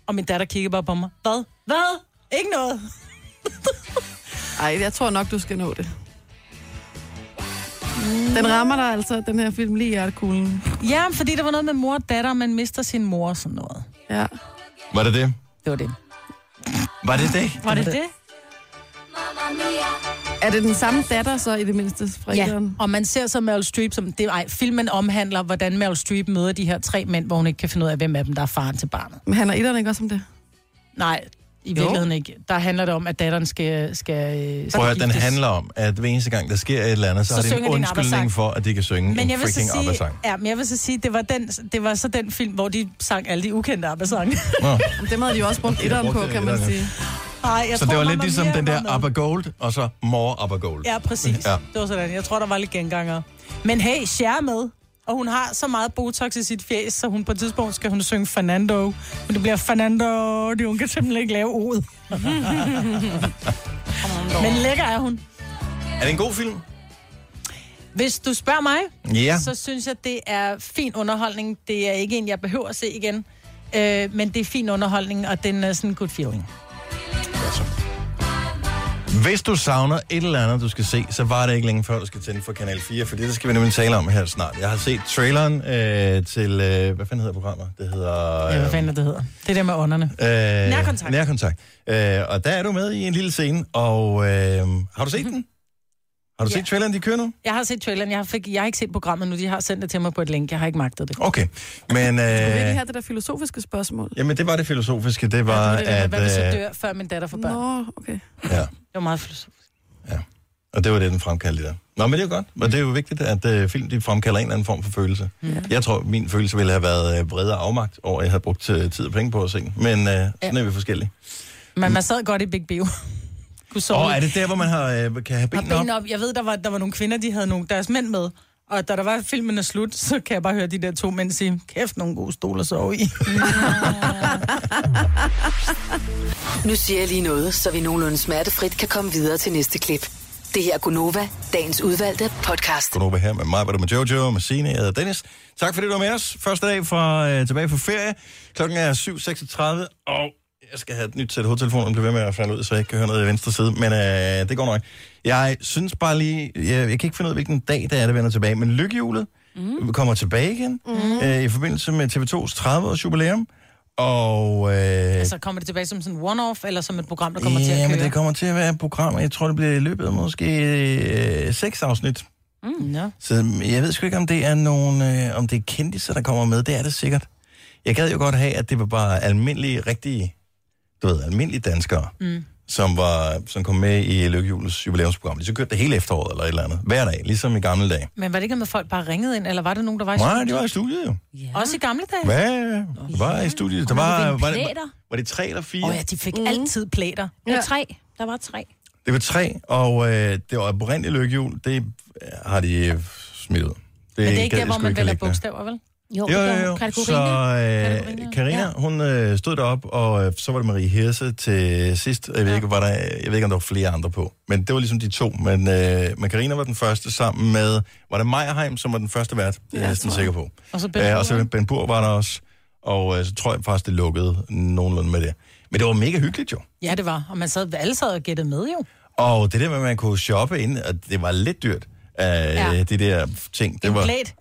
C: Og min datter kiggede bare på mig. Hvad? Hvad? Ikke noget.
E: Ej, jeg tror nok, du skal nå det. Den rammer dig altså, den her film, lige i hjertekuglen.
C: Ja, fordi der var noget med mor og datter, og man mister sin mor og sådan noget.
E: Ja.
A: Var det det?
C: Det var det.
A: Var det det?
C: Var det det?
E: Er det den samme datter så i det mindste fra
C: Ja,
E: etteren?
C: og man ser så Meryl Streep som... Det, ej, filmen omhandler, hvordan Meryl Streep møder de her tre mænd, hvor hun ikke kan finde ud af, hvem af dem, der er faren til barnet.
E: Men handler etteren ikke også om det?
C: Nej, i virkeligheden ikke. Der handler det om, at datteren skal... skal, øh, skal
A: Prøv at høre, den
C: giftes.
A: handler om, at hver eneste gang, der sker et eller andet, så,
C: Så
A: så har det
C: synger
A: en
C: de en
A: undskyldning
C: ABBA-sang.
A: for, at de kan synge
C: Men
A: en
C: jeg vil, så
A: freaking
C: sige,
A: ABBA-sang.
C: ja, men jeg vil så sige, det var, den, det var så den film, hvor de sang alle de ukendte ABBA-sange.
A: Nå.
E: Jamen, Dem havde de jo også brugt
A: De har
E: etteren
A: brugt
E: på,
A: det i
E: kan man
A: etteren, ja.
E: sige.
C: Ej, jeg
A: Så
C: tror,
A: det var
C: Mamma
A: lidt ligesom
C: Mia
A: den
C: var
A: der
C: med.
A: ABBA Gold, og så More ABBA Gold.
C: Ja, præcis.
A: Ja.
C: Ja. Det var sådan. Jeg tror, der var lidt gengangere. Men hey, Cher er med. Og hun har så meget Botox i sit fjes, så hun på et tidspunkt skal hun synge Fernando. Men det bliver Fernando, fordi hun kan simpelthen ikke lave ordet. Men lækker er hun.
A: Er det en god film?
C: Hvis du spørger mig,
A: Ja.
C: så synes jeg, det er fin underholdning. Det er ikke en, jeg behøver at se igen. Øh, men det er fin underholdning, og den er sådan en good feeling.
A: Hvis du savner et eller andet, du skal se, så var det ikke længe før, du skal tænde for Kanal 4, for det skal vi nemlig tale om her snart. Jeg har set traileren øh, til, øh, hvad fanden hedder programmet? Det hedder...
C: Ja, hvad
A: øh,
C: fanden er det hedder? Det er det med ånderne.
A: Øh,
C: Nærkontakt.
A: Nærkontakt. Øh, og der er du med i en lille scene, og øh, har du set
C: Mhm.
A: den? Har du set traileren, de kører nu?
C: Jeg har set traileren. Jeg har, fik, jeg har ikke set programmet nu. De har sendt det til mig på et link. Jeg har ikke magtet det.
A: Okay, men...
E: Vil vi
A: Øh,
E: ikke have det der filosofiske spørgsmål?
A: jamen, det var det filosofiske, det var,
C: det der med,
A: at...
C: hvad hvis jeg
A: Øh,
C: dør, før min datter får børn?
E: Nå, okay.
A: ja,
C: Det var meget filosofisk.
A: og det var det, den fremkaldte der. Nå, men det er jo godt, men det er jo vigtigt, at øh, film de fremkalder en eller anden form for følelse.
C: Ja.
A: Jeg tror, min følelse ville have været øh, bredere afmagt, og jeg havde brugt øh, tid og penge på at se den. Men øh, sådan er vi forskellige.
C: Men man sad godt i Big Bio. Kunne sove.
A: Og er det der, hvor man har, øh, kan have
C: Og
A: benene op?
C: ben op. Jeg ved, der var, der var nogle kvinder, de havde nogle deres mænd med. Og da der var filmen er slut, så kan jeg bare høre de der to mænd sige, kæft, nogle gode stole at sove i.
F: Nu siger jeg lige noget, så vi nogenlunde smertefrit kan komme videre til næste klip. Det her er Gunova, dagens udvalgte podcast.
A: Godnova her med mig, var det med Jojo, med Signe, jeg hedder Dennis. Tak fordi du var med os. Første dag fra, øh, tilbage fra ferie. Klokken er 7.36, og jeg skal have et nyt sæt hovedtelefon, og blive ved med at falde ud, så jeg ikke kan høre noget i venstre side, men øh, det går nok. Jeg synes bare lige, jeg, jeg kan ikke finde ud af, hvilken dag det er, det vender tilbage, men lykkehjulet mm. kommer tilbage igen mm. øh, i forbindelse med TV2's 30-års jubilæum, og... Øh,
C: altså kommer det tilbage som sådan en one-off, eller som et program, der kommer til
A: ja,
C: at
A: men
C: køre?
A: det kommer til at være et program, og jeg tror, det bliver i løbet af måske øh, seks afsnit.
C: Mm, no.
A: Så jeg ved sgu ikke, om det er nogen, øh, om det er kendtiser, der kommer med. Det er det sikkert. Jeg gad jo godt have, at det var bare almindelige, rigtige, du ved, almindelige danskere,
C: Mm.
A: som, var, som kom med i Lykkehjulets jubilæumsprogram. De så kørte det hele efteråret eller et eller andet. Hver dag, ligesom i gamle dage.
C: Men var det ikke med, at folk bare ringede ind, eller var det nogen, der var i
A: Nej,
C: studiet?
A: de var i studiet jo.
C: Også i gamle dage?
A: Hvad? De var i studiet. Der
I: man kunne
A: var,
I: vinde
A: var, det,
I: plader.
A: var det tre eller fire?
C: Åh oh, ja, de fik mm. altid plater.
I: Der var tre. Der var tre.
A: Det var tre, og øh, det var oprindeligt lykkehjul. Det øh, har de øh, smidt ud.
C: Men det er
A: gad
C: ikke der,
A: jeg
C: hvor
A: sgu
C: man
A: ikke have
C: vælger
A: liggende.
C: bogstaver, vel?
I: Jo,
A: Jo,
I: der
A: jo,
I: var
A: jo. Så
I: Kategorine.
A: øh, Karina, hun øh, stod derop, og øh, så var det Marie Hirse til sidst. Jeg ved, ikke, var der, jeg ved ikke, om der var flere andre på, men det var ligesom de to. Men, øh, men Karina var den første sammen med, var det Meierheim, som var den første vært? Det er jeg næsten sikker på.
C: Og så Ben
A: Ben øh, og
C: Burr.
A: så Ben Bur var der også, og øh, så tror jeg faktisk, det lukkede nogenlunde med det. Men det var mega hyggeligt jo.
C: Ja, det var. Og man sad, alle sad og gættede med, jo.
A: Og det der med, at man kunne shoppe ind, og det var lidt dyrt, øh, ja. de der ting. Det
C: En
A: var,
C: plæt,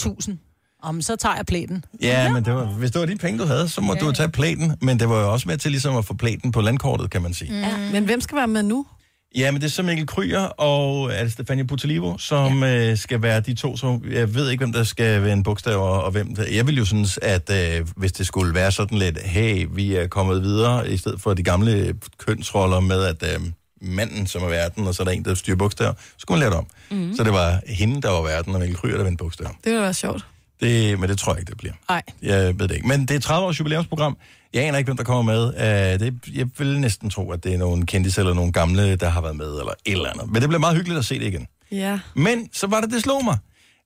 C: 8.000. Om så tager jeg plæten.
A: ja, men det var, hvis det var de penge, du havde, så må
C: Ja,
A: ja. du tage plæten. Men det var jo også med til ligesom at få plæten på landkortet, kan man sige. Mm.
E: Ja. Men hvem skal være med nu?
A: Ja, men det er så Mikkel Kryer og er det Stefania Putalivo, som ja. øh, skal være de to, som jeg ved ikke, hvem der skal være en bogstav og, og hvem der. Jeg vil jo synes, at øh, hvis det skulle være sådan lidt, hey, vi er kommet videre, i stedet for de gamle kønsroller med, at øh, manden, som er verden, og så er der en, der styrer bogstaver, så skulle man lave det om. Mm. Så det var hende, der var verden, og Mikkel Kryer, der vendte bogstaver.
E: Det ville være sjovt.
A: Det, men det tror jeg ikke, det bliver.
C: Nej.
A: Jeg ved det ikke. Men det er 30 års jubilæumsprogram. Jeg aner ikke, hvem der kommer med. Øh, det, jeg vil næsten tro, at det er nogle kendte eller nogle gamle, der har været med, eller et eller andet. Men det bliver meget hyggeligt at se det igen.
E: Ja.
A: Men så var det, det slog mig.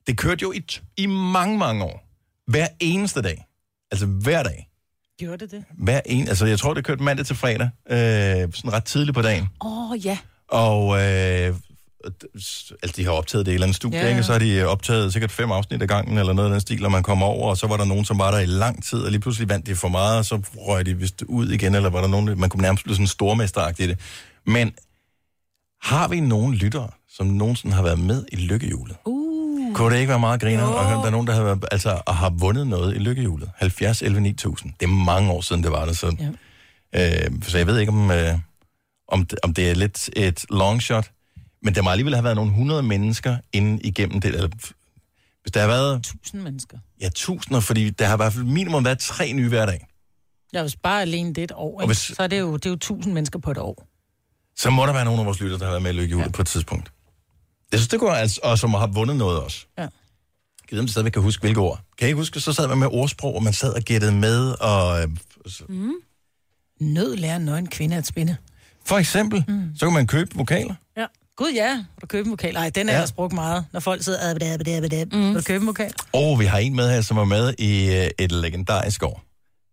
A: Det kørte jo i, t- i mange, mange år. Hver eneste dag. Altså hver dag.
C: Gjorde det det?
A: Hver en, altså jeg tror, det kørte mandag til fredag. Øh, sådan ret tidligt på dagen.
I: Åh, oh, ja.
A: Og øh, s- altså, de har optaget det i et eller andet studie,
I: Ja, ja.
A: yeah. ikke? og så har de øh, optaget sikkert fem afsnit ad gangen, eller noget af den stil, og man kom over, og så var der nogen, som var der i lang tid, og lige pludselig vandt de for meget, og så røg de vist ud igen, eller var der nogen, man kunne nærmest blive sådan stormesteragtig i det. Men har vi nogen lyttere, som nogensinde har været med i lykkehjulet? Uh. Kunne det ikke være meget griner at høre, om der er nogen, der har, været, altså, og har vundet noget i lykkehjulet? 70, 11, 9000. Det er mange år siden, det var der, så, ja. øh, så jeg ved ikke, om, øh, om, det, om det er lidt et long shot, men der må alligevel have været nogle hundrede mennesker inde igennem det. Eller, hvis der har været...
C: Tusind mennesker.
A: Ja, tusinder, fordi der har i hvert fald minimum været tre nye hver dag.
C: Ja, hvis bare alene det et år,
A: hvis-
C: hvis... så er det, jo, det er jo 1000 mennesker på et år.
A: Så må der være nogen af vores lytter, der har været med i lykkehjulet ja. på et tidspunkt. Jeg synes, det går altså, og som har vundet noget også.
C: Ja.
A: Jeg ved, om de stadigvæk kan huske, hvilke ord. Kan I ikke huske, så sad man med ordsprog, og man sad og gættede med, og øh, så-
C: Mm. Nød lærer en nøgen kvinde at spinde.
A: for eksempel, mm. så kan man købe vokaler.
C: Ja. Gud ja, vil du købe en vokal? Ej, den er
A: Ja.
C: ja. ellers brugt meget, når folk sidder... Abda, abda, abda. Mm. Vil du købe en vokal?
A: Og oh, vi har en med her, som var med i øh, et legendarisk år.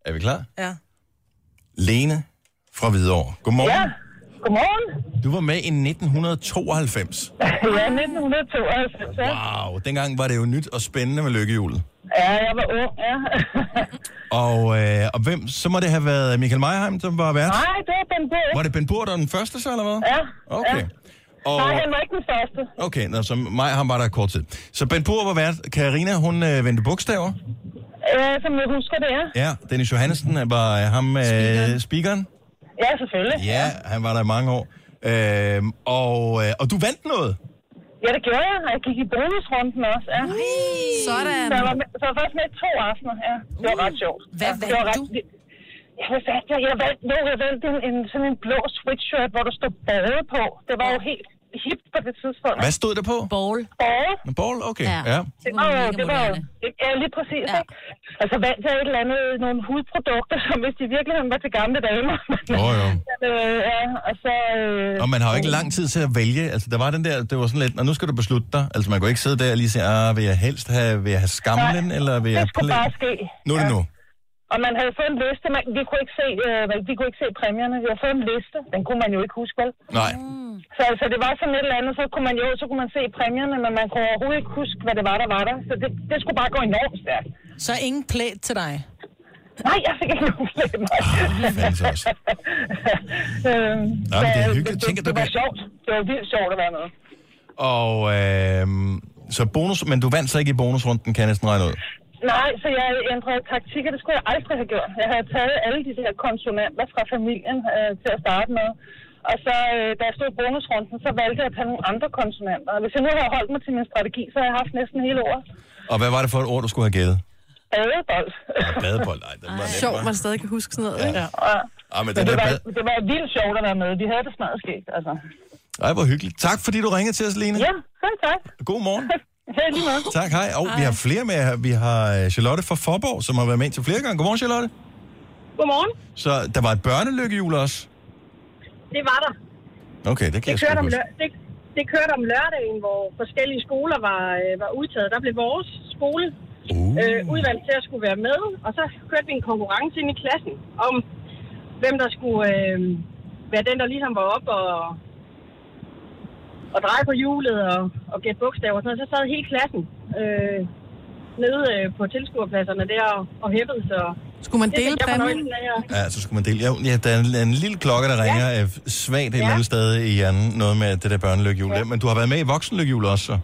A: Er vi klar?
C: Ja.
A: Lene fra Hvidovre. Godmorgen.
J: Ja, godmorgen.
A: Du var med i 1992.
J: Ja, 1992, ja.
A: Wow, dengang var det jo nyt og spændende med lykkehjulet.
J: Ja, jeg var ung, ja.
A: Og, øh, og hvem, så må det have været Michael Meierheim, som var vært?
J: Nej, det var Ben Burg.
A: Var det Ben Burd, der var den første så, eller hvad?
J: Ja.
A: Okay.
J: Ja.
A: Og,
J: Nej, han var ikke den første.
A: okay, nå, så mig ham var der kort tid. Så Ben Burd var vært. Karina, hun øh, vendte bogstaver.
J: Øh, som jeg husker det, ja.
A: Ja, Dennis Johannesen øh, var øh, ham øh, speakeren. speakeren.
J: Ja, selvfølgelig.
A: Ja, han var der i mange år. Øh, og, øh, og du vandt noget.
J: Ja, det gjorde jeg. og Jeg gik i bonusrunden også, ja.
E: Sådan.
J: Så jeg var, med, så jeg var faktisk med i to aftener, ja. Det var ret sjovt.
C: Hvad
J: ja, det
C: vandt
J: var ret, du? Jeg, hvad vandt jeg? Jeg vandt, jo, jeg vandt en, en, sådan en blå sweatshirt, hvor der stod bade på. Det var jo helt hipt på det tidspunkt.
A: Hvad stod der på?
I: Bowl.
J: Bade.
A: En ball? Okay, ja. ja.
J: Det var, jo- det var jo, ja, lige præcis, ja. ikke? Og så vandt jeg et eller andet, nogle hudprodukter, som hvis de i virkeligheden var til gamle damer.
A: Nå jo.
J: Men, øh, ja, og så... Øh,
A: Og man har jo ikke lang tid til at vælge. Altså, der var den der, det var sådan lidt, og nu skal du beslutte dig. Altså, man kunne ikke sidde der og lige sige, ah, vil jeg helst have, vil jeg have skamlen, eller vil
J: det
A: jeg
J: skulle
A: plæ-"
J: bare ske.
A: Nu er det nu.
J: Og man havde fået en liste. Man, vi, kunne ikke se, øh, vi kunne ikke se præmierne. Vi havde fået en liste. Den kunne man jo ikke huske, vel?
A: Nej.
J: Så altså, det var sådan et eller andet, så kunne man jo, så kunne man se præmierne, men man kunne overhovedet ikke huske, hvad det var, der var der. Så det, det skulle bare gå enormt stærkt.
C: Så ingen plæt til dig.
J: Nej, jeg fik ikke nogen flere.
A: Ah, Fandens også.
J: øhm,
A: Nå, men det er
J: så,
A: hyggeligt. Tænk, at
J: det,
A: du
J: det var
A: kan-
J: sjovt. Det var vildt sjovt at være med.
A: Og øh, så bonus, men du vandt så ikke i bonusrunden, kan jeg næsten regne ud.
J: Nej, så jeg ændrede taktik, og det skulle jeg aldrig have gjort. Jeg havde taget alle de der konsonanter fra familien øh, til at starte med. Og så, øh, da jeg stod i bonusrunden, så valgte jeg at tage nogle andre konsonanter. Og hvis jeg nu havde holdt mig til min strategi, så havde jeg haft næsten hele året.
A: Og hvad var det for et ord, du skulle have gættet?
J: Badebold.
A: Badebold, nej, den var nem,
E: Sjovt,
A: hva'?
E: man stadig kan huske sådan noget.
A: Ja.
E: ikke?
J: Ja.
A: Ej, Ah, men
J: Men
A: den
J: det,
A: der
J: var,
A: bad...
J: det var vildt sjovt at være med. Vi havde det smadret skægt, altså.
A: Ej, hvor hyggeligt. Tak, fordi du ringede til os, Line.
J: Ja, selv tak.
A: God morgen.
J: Ja, lige med.
A: Tak, hej. Og vi har flere med her. Vi har øh, Charlotte fra Forborg, som har været med indtil flere gange. Godmorgen, Charlotte.
J: Godmorgen.
A: Så der var et børnelykkehjul også.
L: Det var der.
A: Okay, det kan
L: Det
A: jeg sgu
L: kørte,
A: ikke
L: om
A: huske.
L: lør- det, det kørte om lørdagen, hvor forskellige skoler var, øh, var udtaget. Der blev vores skole øh, udvalgt til at skulle være med, og så kørte vi en konkurrence ind i klassen om, hvem der skulle øh, være den, der ligesom var op og, og dreje på hjulet og, og gætte bogstaver og sådan noget. Så sad hele klassen øh, nede øh, på tilskuerpladserne der og, og hæppede, så
E: Skulle man dele præmien?
A: Ja, så skulle man dele. Ja, ja der er en, en lille klokke, der ringer ja. svagt et eller andet sted i hjernen. Noget med det der børnelykkehjul. Ja. Men du har været med i voksenlykkehjul også, så?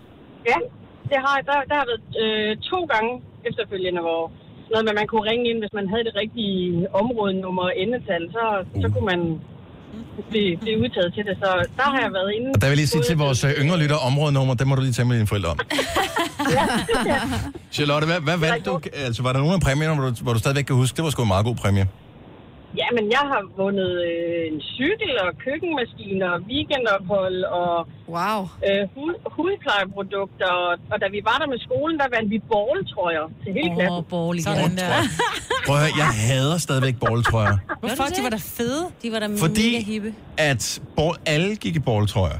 L: Ja, det har, der, der har været øh, to gange efterfølgende, hvor noget med, at man kunne ringe ind, hvis man havde det rigtige områdenummer og endetal, så, så kunne man blive, blive udtaget til det. Så der har jeg været inde.
A: Og der vil jeg lige sige til vores øh, yngre lytter områdenummer, det må du lige tage med dine forældre om. Charlotte, hvad, hvad valgte du? Altså, var der nogen af præmierne, hvor du, hvor du stadigvæk kan huske? Det var sgu en meget god præmie.
L: Ja, men jeg har vundet øh, en cykel og køkkenmaskiner og weekendophold og
E: wow.
L: øh, hud, hudplejeprodukter. Og, og da vi var der med skolen, der vandt vi borgeltrøjer til hele
I: Åh,
L: klassen.
I: borgel igen.
L: Sådan
I: der.
A: Prøv at høre, jeg hader stadigvæk balltrøjer.
I: Hvorfor? De var da fede. De var da
A: Fordi-
I: mega hippe.
A: at ball, alle gik i balltrøjer.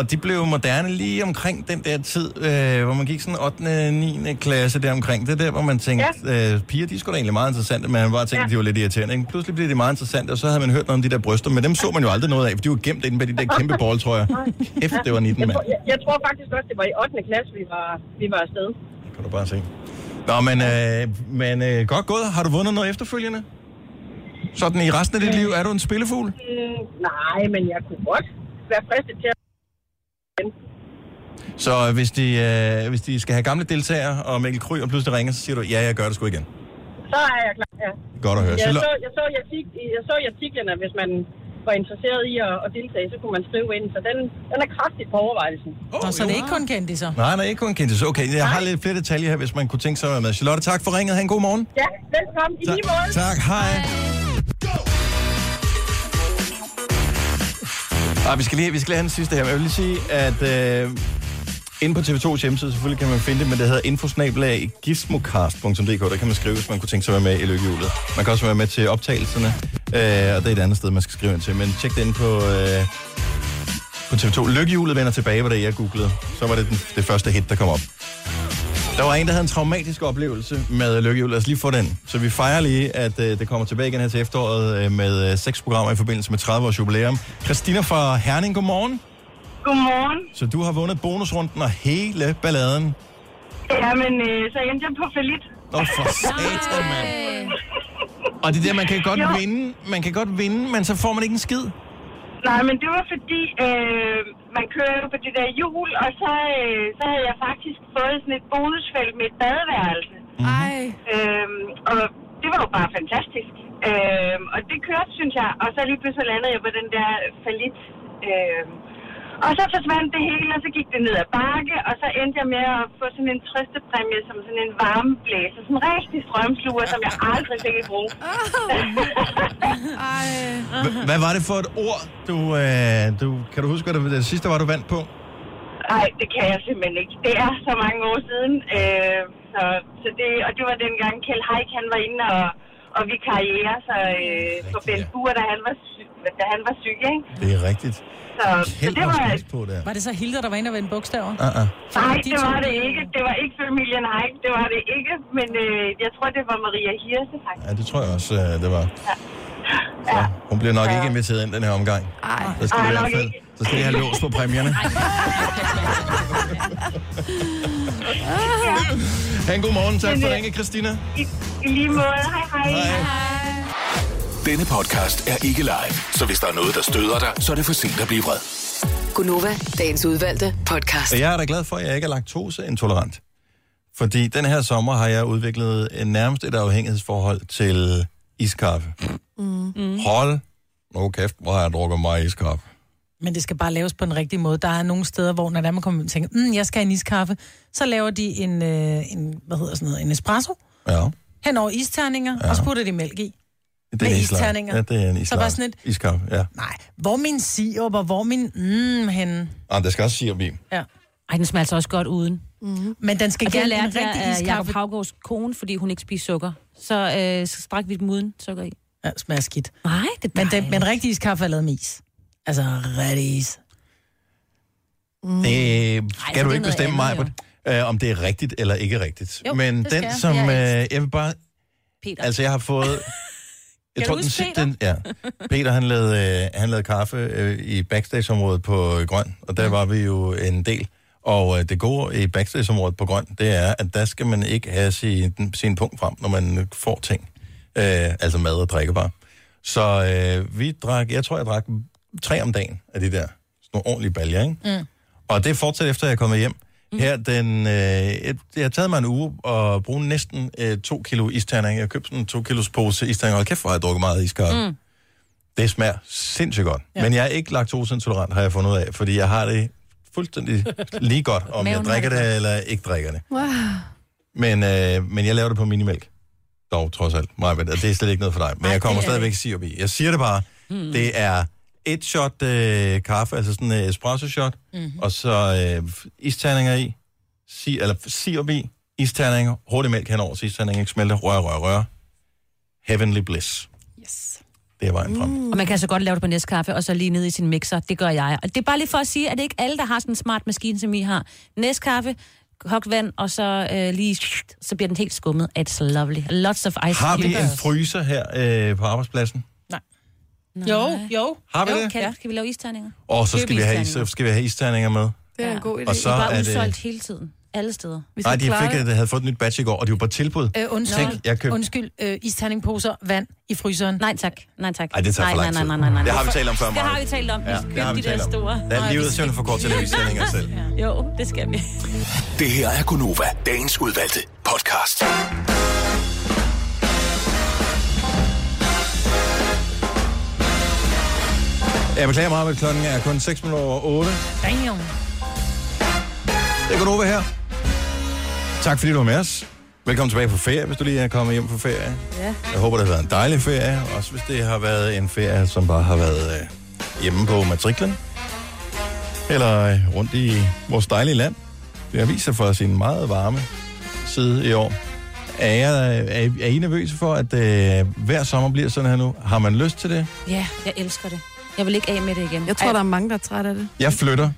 A: Og de blev moderne lige omkring den der tid, øh, hvor man gik sådan 8. 9. klasse der omkring. Det er der, hvor man tænkte, ja. øh, piger, de er sgu da egentlig meget interessante, men man bare tænkte, ja. de var lidt irriterende. Ikke? Pludselig blev de meget interessante, og så havde man hørt noget om de der bryster, men dem så man jo aldrig noget af, for de var gemt inde bag de der kæmpe balltrøjer. Kæft, det var 19
L: jeg,
A: mand,
L: tror, jeg, jeg tror faktisk også, det var i 8. klasse, vi var, vi var afsted.
A: kan du bare se. Nå, men, øh, men øh, godt gået. Har du vundet noget efterfølgende? Sådan i resten af dit liv, er du en spillefugl?
L: Mm, nej, men jeg kunne godt være fristet til at...
A: Så hvis de, øh, hvis de skal have gamle deltagere, og Mikkel Kry og pludselig ringer, så siger du, ja, jeg gør det sgu igen.
L: Så er jeg klar, ja.
A: Godt at høre.
L: Jeg
A: Charlo-
L: så, jeg, så, i artik- jeg så i artiklerne, hvis man var interesseret i at, at deltage, så kunne man skrive ind. Så den, den er kraftigt på overvejelsen.
C: Nå, så det er ikke kun kendiser.
A: Nej, nej, ikke kun kendtis. Okay, jeg har lidt flere detaljer her, hvis man kunne tænke sig at være med. Charlotte, tak for ringet. Ha' en god morgen.
L: Ja, velkommen. I
A: Tak,
L: lige måde.
A: tak hej. Ej, Ah, vi skal lige, vi skal lige have den sidste her, men jeg vil lige sige, at øh, inde på TV2's hjemmeside, selvfølgelig kan man finde det, men det hedder infosnabelag.gizmocast.dk. Der kan man skrive, hvis man kunne tænke sig at være med i lykkehjulet. Man kan også være med til optagelserne, øh, og det er et andet sted, man skal skrive ind til. Men tjek det ind på, øh, på TV2. Lykkehjulet vender tilbage, var det, jeg googlede. Så var det den, det første hit, der kom op. Der var en, der havde en traumatisk oplevelse med øh, lykkehjul. Lad os lige få den. Så vi fejrer lige, at øh, det kommer tilbage igen her til efteråret øh, med øh, seks programmer i forbindelse med 30 års jubilæum. Christina fra Herning, godmorgen.
L: Godmorgen.
A: Så du har vundet bonusrunden og hele balladen.
L: Jamen, øh, så endte jeg på Felit.
A: Nå, for satan, mand. Og det er der, man kan godt
L: Jo.
A: vinde, man kan godt vinde, men så får man ikke en skid.
L: Nej, men det var fordi, øh, man kører jo på det der hjul, og så, øh, så havde jeg faktisk fået sådan et bonusfelt med et badeværelse.
A: Mhm.
E: Ej.
L: Øhm, og det var jo bare fantastisk. Øhm, og det kørte, synes jeg. Og så lige pludselig landede jeg på den der falit. Øhm, og så forsvandt det hele, og så gik det ned ad bakke, og så endte jeg med at få sådan en trøstepræmie som sådan en varmeblæser. Sådan en rigtig strømsluger, som jeg aldrig fik i brug.
A: H- hvad var det for et ord, du, øh, du... Kan du huske, hvad det, det sidste var, du vandt på?
L: Nej, det kan jeg simpelthen ikke. Det er så mange år siden. Øh, så, så det, og det var dengang Kjell Haik, han var inde og, og vi karriere så, øh, for Bent
C: Uh.
L: Bur, da han var syg, da han var syg ikke?
A: Det er rigtigt.
L: Så, så
A: Kjeld
L: det var...
A: har smidt på der.
C: Var det så Hilda, der var inde og vende bogstaver?
A: Uh-uh.
L: Nej, det var det ikke. Det var ikke familien Haik, det var det ikke. Men øh, jeg tror, det var Maria Hirse, faktisk.
A: Ja, det tror jeg også, øh, det var. Ja. Hun bliver nok ikke inviteret ind den her omgang.
L: Ej.
A: Så skal, vi i
L: Ej,
A: hvert
L: nok
A: fald,
L: ikke.
A: så skal jeg have lås på præmierne.
L: Ja.
A: Ha' en god morgen. Tak
L: Men,
A: for
L: øh,
A: ringe, Christina.
L: I, I lige måde. Hej, hej.
A: hej.
H: Denne podcast er ikke live, så hvis der er noget, der støder dig, så er det for sent at blive vred.
F: Gunova, dagens udvalgte podcast.
A: Jeg er da glad for, at jeg ikke er laktoseintolerant. Fordi den her sommer har jeg udviklet øh, nærmest et afhængighedsforhold til iskaffe.
C: Mm.
A: Hold nu kæft, hvor har jeg drukket meget iskaffe.
C: Men det skal bare laves på den rigtige måde. Der er nogle steder, hvor når der er, man kommer hjem og tænker, mm, jeg skal have en iskaffe, så laver de en, øh, en hvad hedder sådan noget, en espresso
A: Ja,
C: hen over isterninger, ja. og så putter de mælk i.
A: det er
C: Med
A: en
C: isterninger.
A: Ja, det er en
C: Så
A: islagt.
C: bare sådan et-
A: Iskaffe, ja.
C: Nej, hvor min sirup, og hvor min mm henne.
A: Ah, der skal også sirup i.
C: Ja.
I: Ej, den smager altså også godt uden.
C: Mm. Men den skal
I: og det
C: gerne en
I: lærte jeg
C: rigtig
I: af Jacob
C: iskaffe.
I: Havgårds kone, fordi hun ikke spiser sukker. Så, øh, så strak vi dem uden sukker i.
C: Ja, smager skidt.
I: Nej, det er
C: Men, den, men rigtig iskaffe er lavet med is. Altså, rigtig is.
A: Mm. Det
C: Mm. det er
A: skal Øh, du
C: noget
A: ikke bestemme mig,
C: andet,
A: øh, om det er rigtigt eller ikke rigtigt.
C: Jo,
A: Men
C: det skal
A: den,
C: jeg.
A: som
C: Det er
A: øh, jeg vil bare...
I: Peter.
A: Altså, jeg har fået... Jeg
I: Kan du
A: den,
I: huske
A: si- den, ja. Peter, han lavede, øh, han lavede kaffe øh, i backstageområdet på øh, Grøn, og der var vi jo en del. Og øh, det gode i backstageområdet på Grøn, det er, at der skal man ikke have sin, sin punkt frem, når man får ting. Øh, altså mad og drikkevarer. Så øh, vi drak, jeg tror, jeg drak tre om dagen af de der sådan nogle ordentlige baljer, ikke?
M: Mm.
A: Og det fortsætter efter, at jeg er kommet hjem. Mm. Her den, øh, et, det har taget mig en uge at bruge næsten øh, to kilo isterninger. Jeg købte sådan en to kilos pose isterninger. Hold kæft, hvor har jeg drukket meget iskaffe. Mm. Det smager sindssygt godt. Ja. Men jeg er ikke laktoseintolerant, har jeg fundet ud af, fordi jeg har det fuldstændig lige godt, om jeg
M: Maven har
A: drikker
M: det
A: det eller ikke drikker det.
M: Wow.
A: Men, øh, men jeg laver det på minimælk. Dog, trods alt. Maja, men det er slet ikke noget for dig. Men jeg kommer
M: det er
A: stadigvæk sirup i. Jeg siger det bare. Mm. Det er et shot øh, kaffe, altså sådan en øh, espresso-shot,
M: Mhm.
A: mm-hmm. og så øh, isterninger i, si, eller sirup i, isterninger, hurtig mælk henover, så isterninger ikke smelter, rør, rør, rør. Heavenly bliss.
I: Yes. Mm.
A: Det er vejen frem.
I: Og man kan så godt lave det på Nescafe, og så lige ned i sin mixer. Det gør jeg. Og det er bare lige for at sige, at det er ikke alle, der har sådan en smart maskine, som I har. Nescafe, kogt vand, og så øh, lige... Så bliver den helt skummet. It's lovely. Lots of ice.
A: Har vi
I: cubes.
A: en fryser her øh, på arbejdspladsen?
I: Nej.
C: Jo, jo.
A: Har vi
I: jo,
A: det?
I: Kan, ja. Skal vi lave isterninger?
A: Og så
I: Køb
A: skal vi, have is,
I: isterninger.
A: så skal vi have isterninger med.
I: Det er en god
A: idé. Og så
I: det er bare
A: er det-
I: udsolgt hele tiden. Alle steder.
A: Nej, de fik, at de havde fået et nyt batch i går, og de var på tilbud.
C: Øh, undskyld,
A: Tænk, jeg købte...
C: undskyld øh, isterningposer, vand i fryseren.
I: Nej tak, nej tak.
A: Ej, det tager
I: nej,
A: for lang
I: nej,
A: tid.
I: nej, nej, nej, nej.
A: Det har vi talt om før,
I: Det
A: Maja.
I: har vi talt om. Vi
A: Ja,
I: skal
A: det har
I: købe
A: vi
I: de der
A: talt om.
I: store.
A: Der er
I: Nej,
A: livet
I: vi
A: er simpelthen for kort til at lave isterninger selv.
I: skal- Jo, det skal vi.
H: Det her er Gunova, dagens udvalgte podcast.
A: Jeg beklager meget, at klokken er kun 6 minutter over 8.
C: Damn.
A: Det går over her. Tak fordi du var med os. Velkommen tilbage på ferie, hvis du lige er kommet hjem fra ferie.
M: Ja.
A: Jeg håber, det har været en dejlig ferie. Også hvis det har været en ferie, som bare har været øh, hjemme på matriklen. Eller øh, rundt i vores dejlige land. Det har vist sig for sin meget varme side i år. Er, jeg, øh, er, er I nervøse for, at øh, hver sommer bliver sådan her nu? Har man lyst til det?
I: Ja, jeg elsker det. Jeg vil ikke af med det igen.
E: Jeg tror,
I: Ej.
E: der er mange, der er trætte af det.
A: Jeg flytter,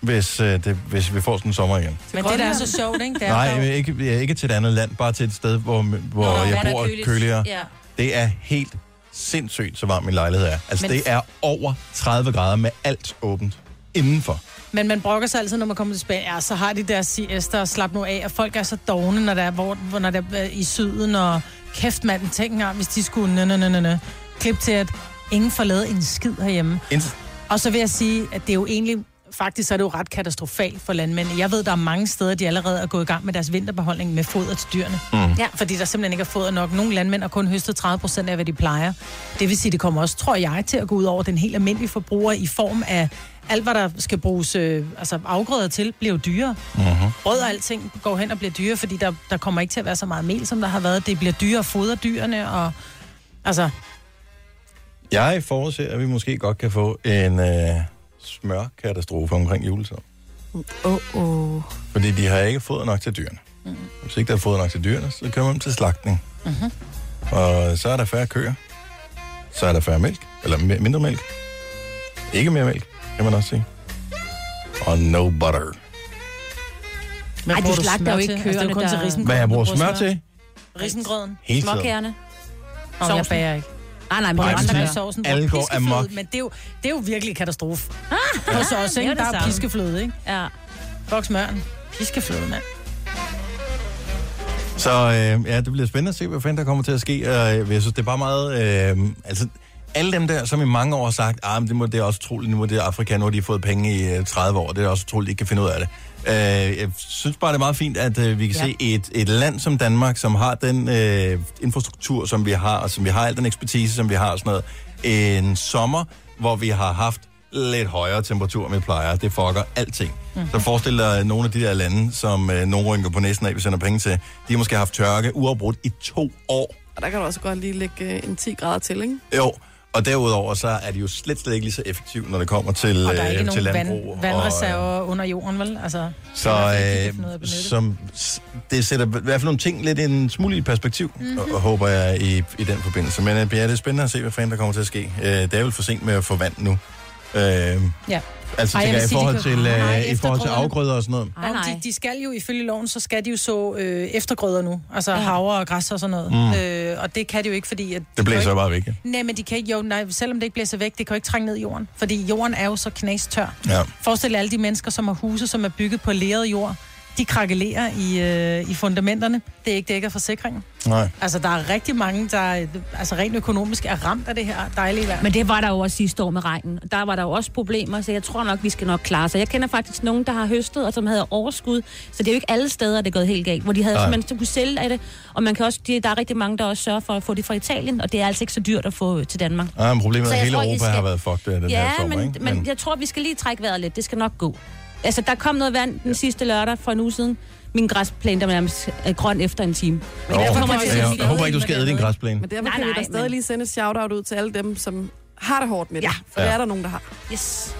A: hvis, øh, det, hvis vi får sådan en sommer igen.
C: Men det, der er så sjovt, ikke? Det er
A: Nej,
C: dog-
A: men ikke, ja, ikke til et andet land, bare til et sted, hvor, hvor
C: Nå,
A: jeg
C: hvor der
A: bor
C: er køligt.
A: køligere.
C: Ja.
A: Det er helt sindssygt, så varm min lejlighed er. Altså,
C: Men-
A: men... det er over 30 grader med alt åbent indenfor.
C: Men man brokker sig altid, når man kommer til Spanien. Ja, så har de deres siesta og slap nu af, og folk er så dogne, når der er, hvor, hvor- når der er øh, i syden, og kæft manden tænker, hvis de skulle nø, nø, nø, nø, nø. Klip til, at ingen får lavet en skid herhjemme.
A: Intet.
C: Og så vil jeg sige, at det er jo egentlig, faktisk så er det jo ret katastrofalt for landmændene. Jeg ved, der er mange steder, de allerede er gået i gang med deres vinterbeholdning med foder til dyrene.
M: Mm.
C: Ja. Fordi der simpelthen ikke er foder nok. Nogle landmænd har kun høstet 30 procent af, hvad de plejer. Det vil sige, det kommer også, tror jeg, til at gå ud over den helt almindelige forbruger i form af alt, hvad der skal bruges øh, altså afgrøder til, bliver jo dyrere.
M: Mhm.
C: Brød og alting går hen og bliver dyrere, fordi der, der kommer ikke til at være så meget mel, som der har været. Det bliver dyrere at fodre dyrene, og altså,
A: Jeg forudser, at vi måske godt kan få en øh, smørkatastrofe omkring juletid.
E: Åh, oh, oh.
A: Fordi de har ikke fået nok til dyrene. Mm. Hvis ikke der er fået nok til dyrene, så kører man dem til slagtning.
M: Mhm.
A: Og så er der færre køer. Så er der færre mælk. Eller mi- mindre mælk. Ikke mere mælk, kan man også sige. Og no butter.
C: Hvad
I: Ej,
C: bruger
I: du
C: du
I: slagter jo
C: smør
I: ikke
C: til? Altså,
I: køerne,
C: det er jo kun til risengrød,
A: Hvad jeg bruger
C: du bruger
A: smør
C: smør.
A: til?
C: risengrøden,
A: Hele tiden.
C: småkagerne. Ah, Nå, jeg
I: Sovsen.
C: bager ikke.
I: Nej, nej, men
A: Nej,
I: der er andre, der
A: men
I: gør.
C: sovsen.
A: Alle går
C: Piskefløde,
A: amok.
C: Men det er jo, det er jo virkelig katastrofe. Ah, Hos os, ikke?
I: det er
C: Der
I: det
C: er
I: samme.
C: piskefløde, ikke?
I: Ja.
C: Fuck smøren. Piskefløde, mand.
A: Så øh, ja, det bliver spændende at se, hvad fanden der kommer til at ske. Og, øh, jeg synes, det er bare meget... Øh, altså, alle dem der, som i mange år har sagt, ah, men det, må, det er også troligt, nu er det Afrika, nu har de fået penge i øh, 30 år, det er også troligt, de ikke kan finde ud af det. Øh, jeg synes bare, det er meget fint, at øh, vi kan
M: Ja.
A: ja. se et, et land som Danmark, som har den øh, infrastruktur, som vi har, og som vi har al den ekspertise, som vi har og sådan noget. En sommer, hvor vi har haft lidt højere temperatur, end vi plejer. Det fucker alting.
C: Mhm.
A: Mm-hmm. Så forestil dig nogle af de der lande, som øh, nogen rynker på næsten af, vi sender penge til. De har måske haft tørke uafbrudt i to år.
E: Og der kan du også godt lige lægge øh, en 10 grader til, ikke?
A: Jo, og derudover så er de jo slet, slet ikke lige så effektive, når det kommer til,
C: Og der er ikke
A: øh, til
C: nogen
A: landbrug.
C: vand,
A: og,
C: vandreserver under jorden, vel? Altså,
A: så øh, som, s- det sætter i hvert fald nogle ting lidt en smule i perspektiv,
C: Mhm.
A: mm-hmm. og, og håber jeg i, i den forbindelse. Men øh, ja, det er spændende at se, hvad fanden der kommer til at ske. Øh, det er vel for sent med at få vand nu. Øh,
C: ja.
A: altså, Ej,
C: vil
A: jeg, jeg, i
C: sige, de
A: forhold
C: kan-
A: til,
C: Nej,
A: øh, i forhold til
C: eftergrøderne.
A: afgrøder og sådan noget.
C: Nej, nej. De, de skal jo ifølge loven, så skal de jo så øh, eftergrøder nu. Altså ja. havre og græs og sådan noget.
A: Mm.
C: Mm. Øh, og det kan de jo ikke, fordi... At de
A: Det
C: kan jo
A: blæser
C: ikke-
A: bare væk, ja.
C: Nej, men de kan ikke, jo, nej, selvom det ikke blæser væk, det kan jo ikke trænge ned i jorden. Fordi jorden er jo så knastør.
A: Ja.
C: Forestil jer alle de mennesker, som har huse, som er bygget på leret jord. de krakelerer i, øh, i fundamenterne. Det er ikke dækket af forsikringen.
A: Nej.
C: Altså, der er rigtig mange, der øh, altså, rent økonomisk er ramt af det her dejlige vejr.
I: Men det var der jo også sidste år med regnen. Der var der jo også problemer, så jeg tror nok, vi skal nok klare sig. Jeg kender faktisk nogen, der har høstet, og som havde overskud. Så det er jo ikke alle steder, det er gået helt galt, hvor de havde
M: Nej.
I: simpelthen så kunne sælge af det. Og man kan også, de, der er rigtig mange, der også sørger for at få det fra Italien, og det er altså ikke så dyrt at få til Danmark.
A: Nej, men problemet er,
I: Så
A: at
I: jeg
A: hele
I: tror, I
A: Europa har været fucked af den
I: ja,
A: her sommer,
I: men,
A: ikke?
I: men, jeg tror, vi skal lige trække vejret lidt. Det skal nok gå. Altså, der kom noget vand den sidste lørdag for en uge siden. Min græsplæne var nærmest øh, grøn efter en time.
A: Nå, jeg- jeg håber ikke, du skal æde din græsplæne.
E: Men derfor
I: Nej,
E: nej, kan nej, vi
I: nej,
E: da stadig
I: men-
E: lige sende et shout-out ud til alle dem, som har det hårdt med det. Ja. For
A: Ja.
E: det er der nogen, der har.
I: Yes.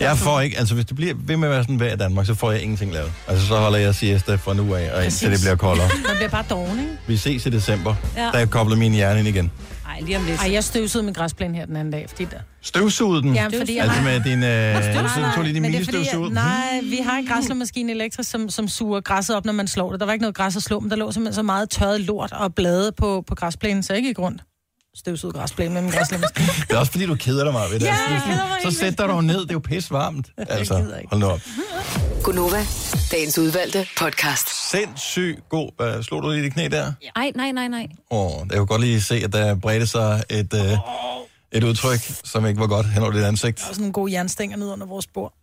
A: Jeg får ikke, altså hvis det bliver ved med at være sådan vejr i Danmark, så får jeg ingenting lavet. Altså så holder jeg siesta fra nu af, og indtil det bliver koldere.
C: Man bliver bare doven, ikke?
A: Vi ses i december,
C: Ja.
A: ja. da jeg kobler min hjerne ind igen.
I: Ej, lige om lidt.
C: Ej, jeg støvsugede min græsplæne her den anden dag, fordi der...
A: Støvsugede den?
C: Ja, fordi jeg
A: altså
C: har-
A: med din... Øh,
C: Nej,
A: støvsugede,
C: nej,
A: tog lige Hmm. din Mhm.
C: men det er
A: milde
C: fordi, at-
A: støvsugede.
C: Nej, vi har en græslemaskine elektrisk, som, som suger græsset op, når man slår det. Der var ikke noget græs at slå, men der lå simpelthen så meget tørret lort og blade på, på græsplænen, så jeg gik rundt. Støvsugede græsplænen med min græslemaskine.
A: Det er også fordi, du keder dig meget ved det.
C: Ja,
A: Altså, det er
C: jeg
A: sådan-
C: keder mig helt
A: så sætter du dig ned, det er jo pis varmt. Altså, hold nu op.
F: Gunova, dagens udvalgte podcast.
A: Sindssygt god. Uh, slog du lige dit knæ der?
I: Ej, nej, nej, nej.
A: Åh, oh, jeg kunne godt lige se, at der bredte sig et, øh, et udtryk, som ikke var godt hen over dit ansigt.
C: Der var sådan nogle gode jernstænger ned under vores bord.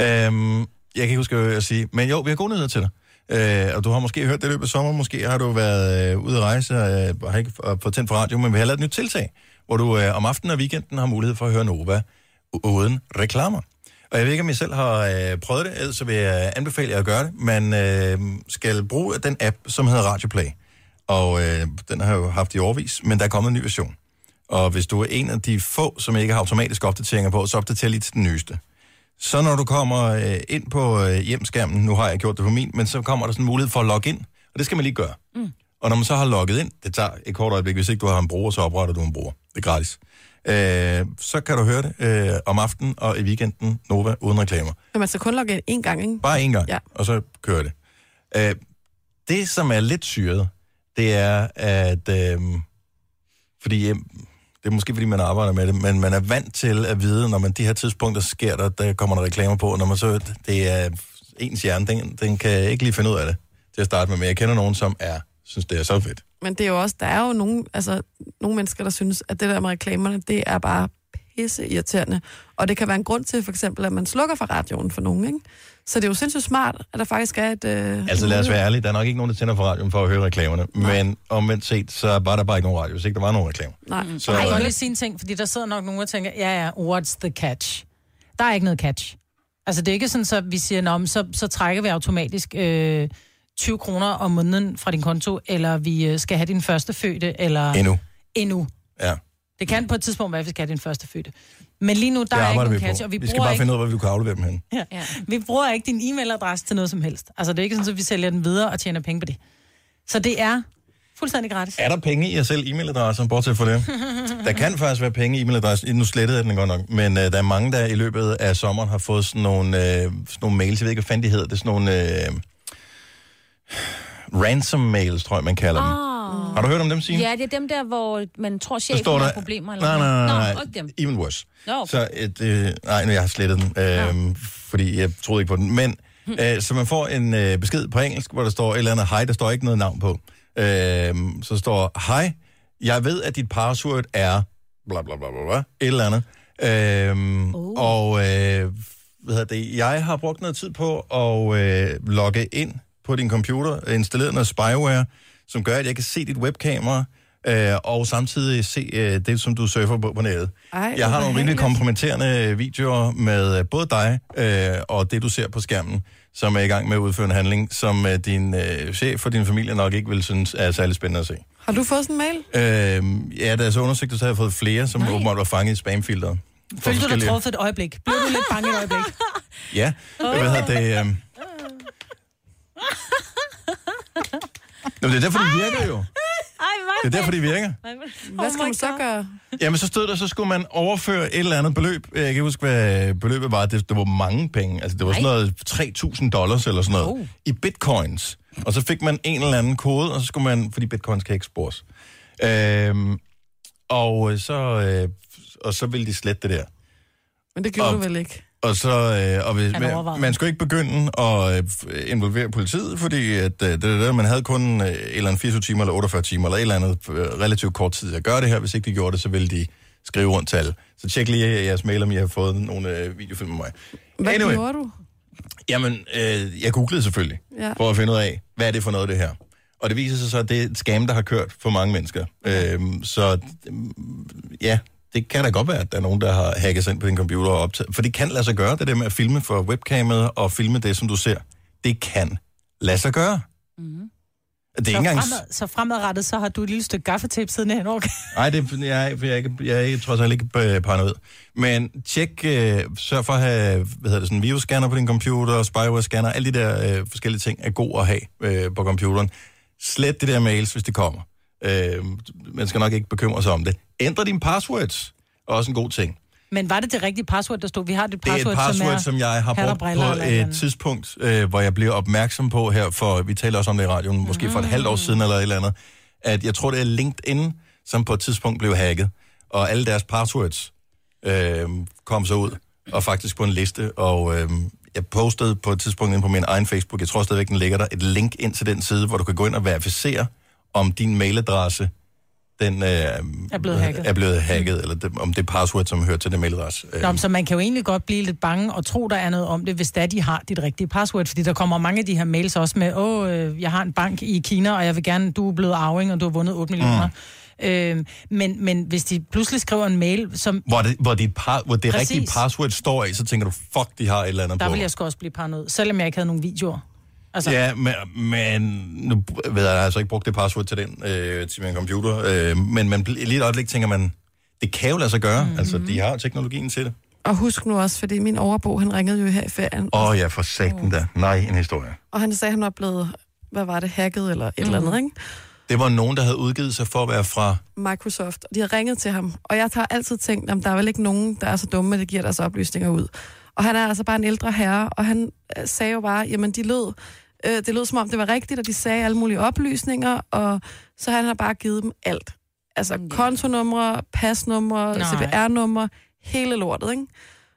A: Øhm, jeg kan ikke huske, hvad jeg sige, men jo, vi har gode nyheder til dig. Øh, og du har måske hørt det i løbet af sommeren, måske har du været øh, ude at rejse og øh, og har ikke f- fået tændt for radio, men vi har lavet et nyt tiltag, hvor du øh, om aftenen og weekenden har mulighed for at høre Nova u- uden reklamer. Og jeg ved ikke, om jeg selv har øh, prøvet det, ellers så vil jeg anbefale jer at gøre det. Man øh, skal bruge den app, som hedder Radio Play. Og øh, den har jeg jo haft i årvis, men der er kommet en ny version. Og hvis du er en af de få, som ikke har automatiske opdateringer på, så opdater lige til den nyeste. Så når du kommer øh, ind på øh, hjemskærmen, nu har jeg gjort det på min, men så kommer der sådan en mulighed for at logge ind, og det skal man lige gøre.
N: Mm.
A: Og når man så har logget ind, det tager et kort øjeblik, hvis ikke du har en bruger, så opretter du en bruger. Det er gratis. Øh, så kan du høre det øh, om aftenen og i weekenden, Nova, uden reklamer.
E: Men man skal kun logge ind én gang, ikke?
A: Bare en gang,
E: Ja.
A: ja. og så kører det. Øh, det, som er lidt syret, det er, at... Øh, fordi øh, det er måske, fordi man arbejder med det, men man er vant til at vide, når man de her tidspunkter sker, der, der kommer der reklamer på, og når man så... Det er ens hjerne, den, den kan ikke lige finde ud af det til at starte med, men jeg kender nogen, som er synes, det er så fedt.
E: Men det er jo også, der er jo nogle, altså, nogle mennesker, der synes, at det der med reklamerne, det er bare pisse irriterende. Og det kan være en grund til, for eksempel, at man slukker for radioen for nogen, ikke? Så det er jo sindssygt smart, at der faktisk er et... Øh,
A: Altså lad os være ærlige, der er nok ikke nogen, der tænder for radioen for at høre reklamerne, men omvendt set, så var der bare ikke nogen radio, hvis ikke der var nogen reklamer.
C: Nej,
A: Så-
C: så... Mm. Ej, jeg vil lige sige en ting, fordi der sidder nok nogen og tænker, ja, ja, what's the catch? Der er ikke noget catch. Altså, det er ikke sådan, så vi siger, Nå, men så, så trækker vi automatisk øh, 20 kroner om måneden fra din konto, eller vi øh, skal have din første fødte, eller...
A: Endnu.
C: Endnu.
A: Ja.
C: Det kan på et tidspunkt være, at vi skal have din første fødte. Men lige nu, der
A: det
C: er ikke
A: arbejder
C: nogen
A: vi
C: catch,
A: på.
C: og
A: Vi,
C: vi,
A: vi skal
C: bruger
A: bare
C: ikke...
A: finde ud af, hvor vi kan aflevere dem hen.
C: Ja. Ja. Vi bruger ikke din e-mailadresse til noget som helst. Altså, det er ikke sådan, at vi sælger den videre og tjener penge på det. Så det er fuldstændig gratis.
A: Er der penge i at sælge e-mailadresser, bortset fra det? Der kan faktisk være penge i e-mailadressen. Nu slettede jeg den godt nok, men øh, der er mange, der i løbet af sommeren har fået sådan nogle, øh, sådan nogle mails. Jeg ved ikke, hvad fanden de hedder. Det er sådan nogle øh, ransom mails, tror jeg, man kalder dem.
I: Oh.
A: Har du hørt om dem, Signe?
I: Ja, det er dem der, hvor man tror,
A: Så
I: chefen
A: står der...
I: har problemer. Eller
A: nej, nej, nej,
I: noget.
A: nej,
I: Nå,
A: nej.
I: ikke dem.
A: Even worse.
I: Nå, okay.
A: Så et, øh, nej, nu jeg har slettet den, øh, fordi jeg troede ikke på den. Men
I: Mm.
A: øh, så man får en øh, besked på engelsk, hvor der står et eller andet hej, der står ikke noget navn på. Øh, så står hej, jeg ved, at dit password er bla bla bla bla, bla et eller andet. Øh, oh. Og øh, hvad hedder det, jeg har brugt noget tid på at øh, logge ind på din computer, installeret noget spyware, som gør, at jeg kan se dit webkamera, øh, og samtidig se øh, det, som du surfer på på nettet.
N: Ej,
A: jeg har nogle rimelig
N: ubehageligt.
A: kompromitterende videoer med øh, både dig øh, og det, du ser på skærmen, som er i gang med at udføre en handling, som øh, din øh, chef og din familie nok ikke vil synes er særlig spændende at se.
E: Har du fået sådan en mail?
A: Øh, ja, da jeg så undersøgte, det, så havde jeg fået flere, som Nej. åbenbart var fanget i spamfilteret. Fra
C: Følte du dig
A: forskellige-
C: truffet et øjeblik? Blev du lidt bange et øjeblik?
A: Ja,
C: Åh.
A: hvad hedder det? Øh... Nå, men det er derfor, det virker
K: Ej,
A: jo.
K: hvor
A: Det er derfor, de virker.
K: Oh
E: Hvad skal man så gøre?
A: Jamen, så stod der, så skulle man overføre et eller andet beløb. Jeg kan ikke huske, hvad beløbet var. Det, det var mange penge. Altså, det var sådan
N: Nej.
A: noget 3.000 dollars eller sådan noget.
N: Oh.
A: I bitcoins. Og så fik man en eller anden kode, og så skulle man... Fordi bitcoins kan ikke spores. Øhm, og, øh, så, øh, og så ville de slette det der.
E: Men det gjorde
A: Og-
E: du vel ikke?
A: Og så, øh, og hvis,
M: Han
A: man,
M: overvejede.
A: man skulle ikke begynde at øh, f- involvere politiet, fordi at, øh, det, er det, man havde kun øh, et eller andet 24 timer eller 48 timer eller et eller andet øh, relativt kort tid at gøre det her. Hvis ikke de gjorde det, så ville de skrive rundt til alle. Så tjek lige jeres mail, om I har fået nogle øh, videofilm af mig.
E: Hvad
A: Anyway.
E: gjorde du?
A: Jamen, øh, jeg googlede selvfølgelig,
E: Ja.
A: ja. for at finde ud af, hvad er det for noget, det her. Og det viser sig så, at det er et scam, der har kørt for mange mennesker. Øhm, så øhm, ja, det kan da godt være, at der er nogen, der har hacket sig ind på din computer og optaget. For det kan lade sig gøre, det der med at filme for webcamet og filme det, som du ser. Det kan lade sig gøre. Mm-hmm. Det er
M: så,
A: ikke engang...
M: fremad, så fremadrettet, så har du et lille stykke gaffetape siddende henover.
A: Nej, det, jeg, jeg, er ikke, jeg er trods alt ikke øh, paranoid. Men tjek, øh, sørg for at have hvad hedder det, sådan, en virusscanner på din computer, spyware-scanner, alle de der øh, forskellige ting er god at have øh, på computeren. Slet de der mails, hvis det kommer. Øh, man skal nok ikke bekymre sig om det. Ændre dine passwords, er også en god ting.
M: Men var det det rigtige password, der stod? Vi har dit
A: Det er
M: password,
A: et password, som,
M: som, er
A: jeg har
M: hat og
A: brugt
M: briller
A: på
M: eller et
A: et
M: eller andet.
A: tidspunkt, øh, hvor jeg bliver opmærksom på her, for vi taler også om det i radioen, måske for et halvt år siden eller et eller andet, at jeg tror, det er LinkedIn, som på et tidspunkt blev hacket, og alle deres passwords øh, kom så ud, og faktisk på en liste, og øh, jeg postede på et tidspunkt ind på min egen Facebook, jeg tror stadigvæk, den ligger der, et link ind til den side, hvor du kan gå ind og verificere, om din mailadresse den, øh, er,
M: blevet hacket.
A: er blevet hacket, eller det, om det password, som hører til den mailadresse. øh,
M: Nå, men så man kan jo egentlig godt blive lidt bange og tro, der er noget om det, hvis da de har dit rigtige password. Fordi der kommer mange af de her mails også med, åh, øh, jeg har en bank i Kina, og jeg vil gerne, du er blevet arving, og du har vundet 8 millioner. Mm. Øh, men, men hvis de pludselig skriver en mail, som...
A: hvor, det, hvor, dit par, hvor det
M: Præcis.
A: rigtige password står i, så tænker du, fuck, de har et eller andet
M: Der
A: på.
M: ville jeg sgu også blive paranoid, selvom jeg ikke havde nogen videoer.
A: Altså. Ja, men, men nu ved jeg, jeg har altså ikke brugt det password til den, øh, til min computer, øh, men man, bl- lige et øjeblik tænker man, det kan jo lade sig
M: Mhm.
A: gøre, mm-hmm. altså de har teknologien til det.
E: Og husk nu også, fordi min overbo, han ringede jo her i ferien,
A: Åh oh, ja, for satan da. Nej, en historie.
E: og han sagde, at han var blevet, hvad var det, hacket eller et mm. eller andet,
A: Mhm.
E: ikke?
A: Det var nogen, der havde udgivet sig for at være fra...
E: Microsoft, og de har ringet til ham. Og jeg har altid tænkt, at der er vel ikke nogen, der er så dumme, at det giver deres oplysninger ud. Og han er altså bare en ældre herre, og han øh, sagde jo bare, jamen de lød, øh, det lød som om det var rigtigt, og de sagde alle mulige oplysninger, og så han har bare givet dem alt. Altså kontonumre, pasnumre,
M: Nej.
E: CPR-numre, hele lortet, ikke?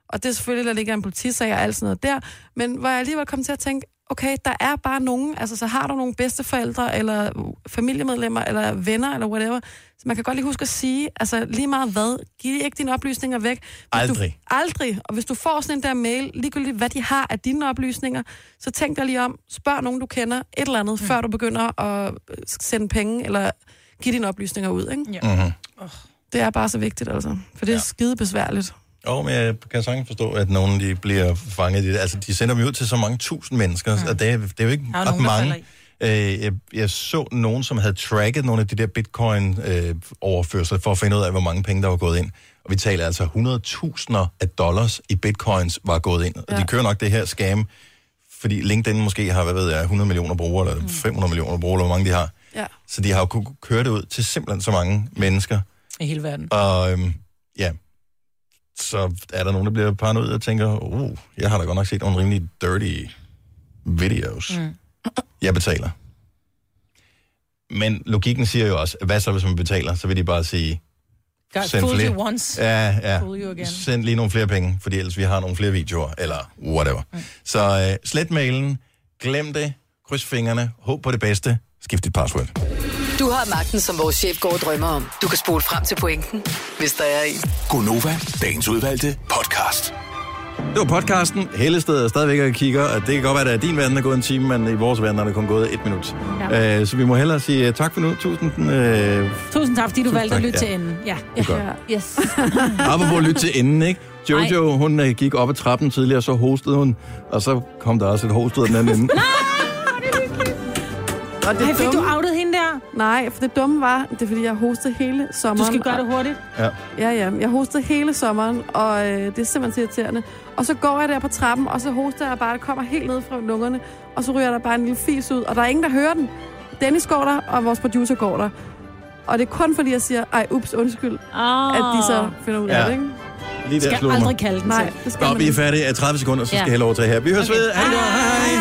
E: Og det er selvfølgelig, der ligger en politisag og alt sådan noget der. Men hvor jeg alligevel kom til at tænke, okay, der er bare nogen, altså så har du nogle bedsteforældre, eller familiemedlemmer, eller venner, eller whatever. Så man kan godt lige huske at sige, altså lige meget hvad, giv ikke dine oplysninger væk. Hvis
A: Aldrig.
E: Du, aldrig. Og hvis du får sådan en der mail, ligegyldigt hvad de har af dine oplysninger, så tænk dig lige om, spørg nogen, du kender, et eller andet, mm. før du begynder at øh, sende penge, eller give dine oplysninger ud, ikke?
M: Ja.
A: Mhm.
E: Det er bare så vigtigt, altså. For det er ja. skide besværligt.
A: Jo, men jeg kan sagtens forstå, at nogen de bliver fanget i det. Altså, de sender dem jo ud til så mange tusind mennesker, mm. og det er, det er jo ikke
M: Der er jo
A: ret
M: nogen, der
A: mange.
M: falder i.
A: Øh, jeg, jeg så nogen, som havde tracket nogle af de der bitcoin-overførsler for at finde ud af, hvor mange penge, der var gået ind. Og vi taler altså 100.000 af dollars i bitcoins var gået ind. Ja. Og de kører nok det her scam, fordi LinkedIn måske har, hvad ved jeg, 100 millioner brugere,
M: Mm.
A: eller 500 millioner brugere, eller hvor mange de har.
E: Ja.
A: Så de har jo kunnet køre det ud til simpelthen så mange mennesker.
M: I hele verden.
A: Og øhm, ja, så er der nogen, der bliver paranoid og tænker, uh, jeg har da godt nok set nogle rimelig dirty videos. Mm. Jeg betaler. Men logikken siger jo også, at hvad så hvis man betaler? Så vil de bare sige,
M: God, fool you once.
A: Ja, ja.
M: Fool you again.
A: Send lige nogle flere penge, fordi ellers vi har nogle flere videoer, eller whatever. Mm. Så øh, slet mailen, glem det, kryds fingrene, håb på det bedste, skift dit password.
F: Du har magten, som vores chef går og drømmer om. Du kan spole frem til pointen, hvis der er en.
H: Gonova, dagens udvalgte podcast.
A: Det var podcasten. Hellested er stadigvæk og kigger, og det kan godt være, at din verden er gået en time, men i vores verden er det kun gået et minut.
M: Ja.
A: Ja. Øh, så vi må hellere sige øh, tak for nu. Tusind øh,
M: Tusind tak, fordi du
A: Tusind
M: valgte at
A: tak,
M: lytte
A: ja.
M: til enden. Ja.
A: Det er godt.
M: Yes.
A: apropos lyt til enden, ikke? Jojo, Ej. hun øh, gik op ad trappen tidligere, så hostede hun, og så kom der også et hostet af den anden ende.
E: Og
M: Ej, fik du
E: outet hende der? Nej, for det dumme var, det er fordi, jeg hostede hele sommeren.
M: Du skal gøre det hurtigt.
A: Ja.
E: Ja, ja. Jeg hostede hele sommeren, og øh, det er simpelthen så irriterende. Og så går jeg der på trappen, og så hoster jeg bare, det kommer helt ned fra lungerne, og så ryger der bare en lille fis ud, og der er ingen, der hører den. Dennis går der, og vores producer går der. Og det er kun fordi, jeg siger, ej, ups, undskyld,
M: Ah.
E: oh. at de så finder ud af
A: Ja.
E: det, ikke?
A: Lige der slog mig.
E: kalde den Nej, det skal
A: Nå,
E: man
A: vi er
E: ikke.
A: færdige af 30 sekunder, så skal
E: Ja.
A: jeg lov til her. Vi høres
E: Okay.
A: ved. Hej. Hej.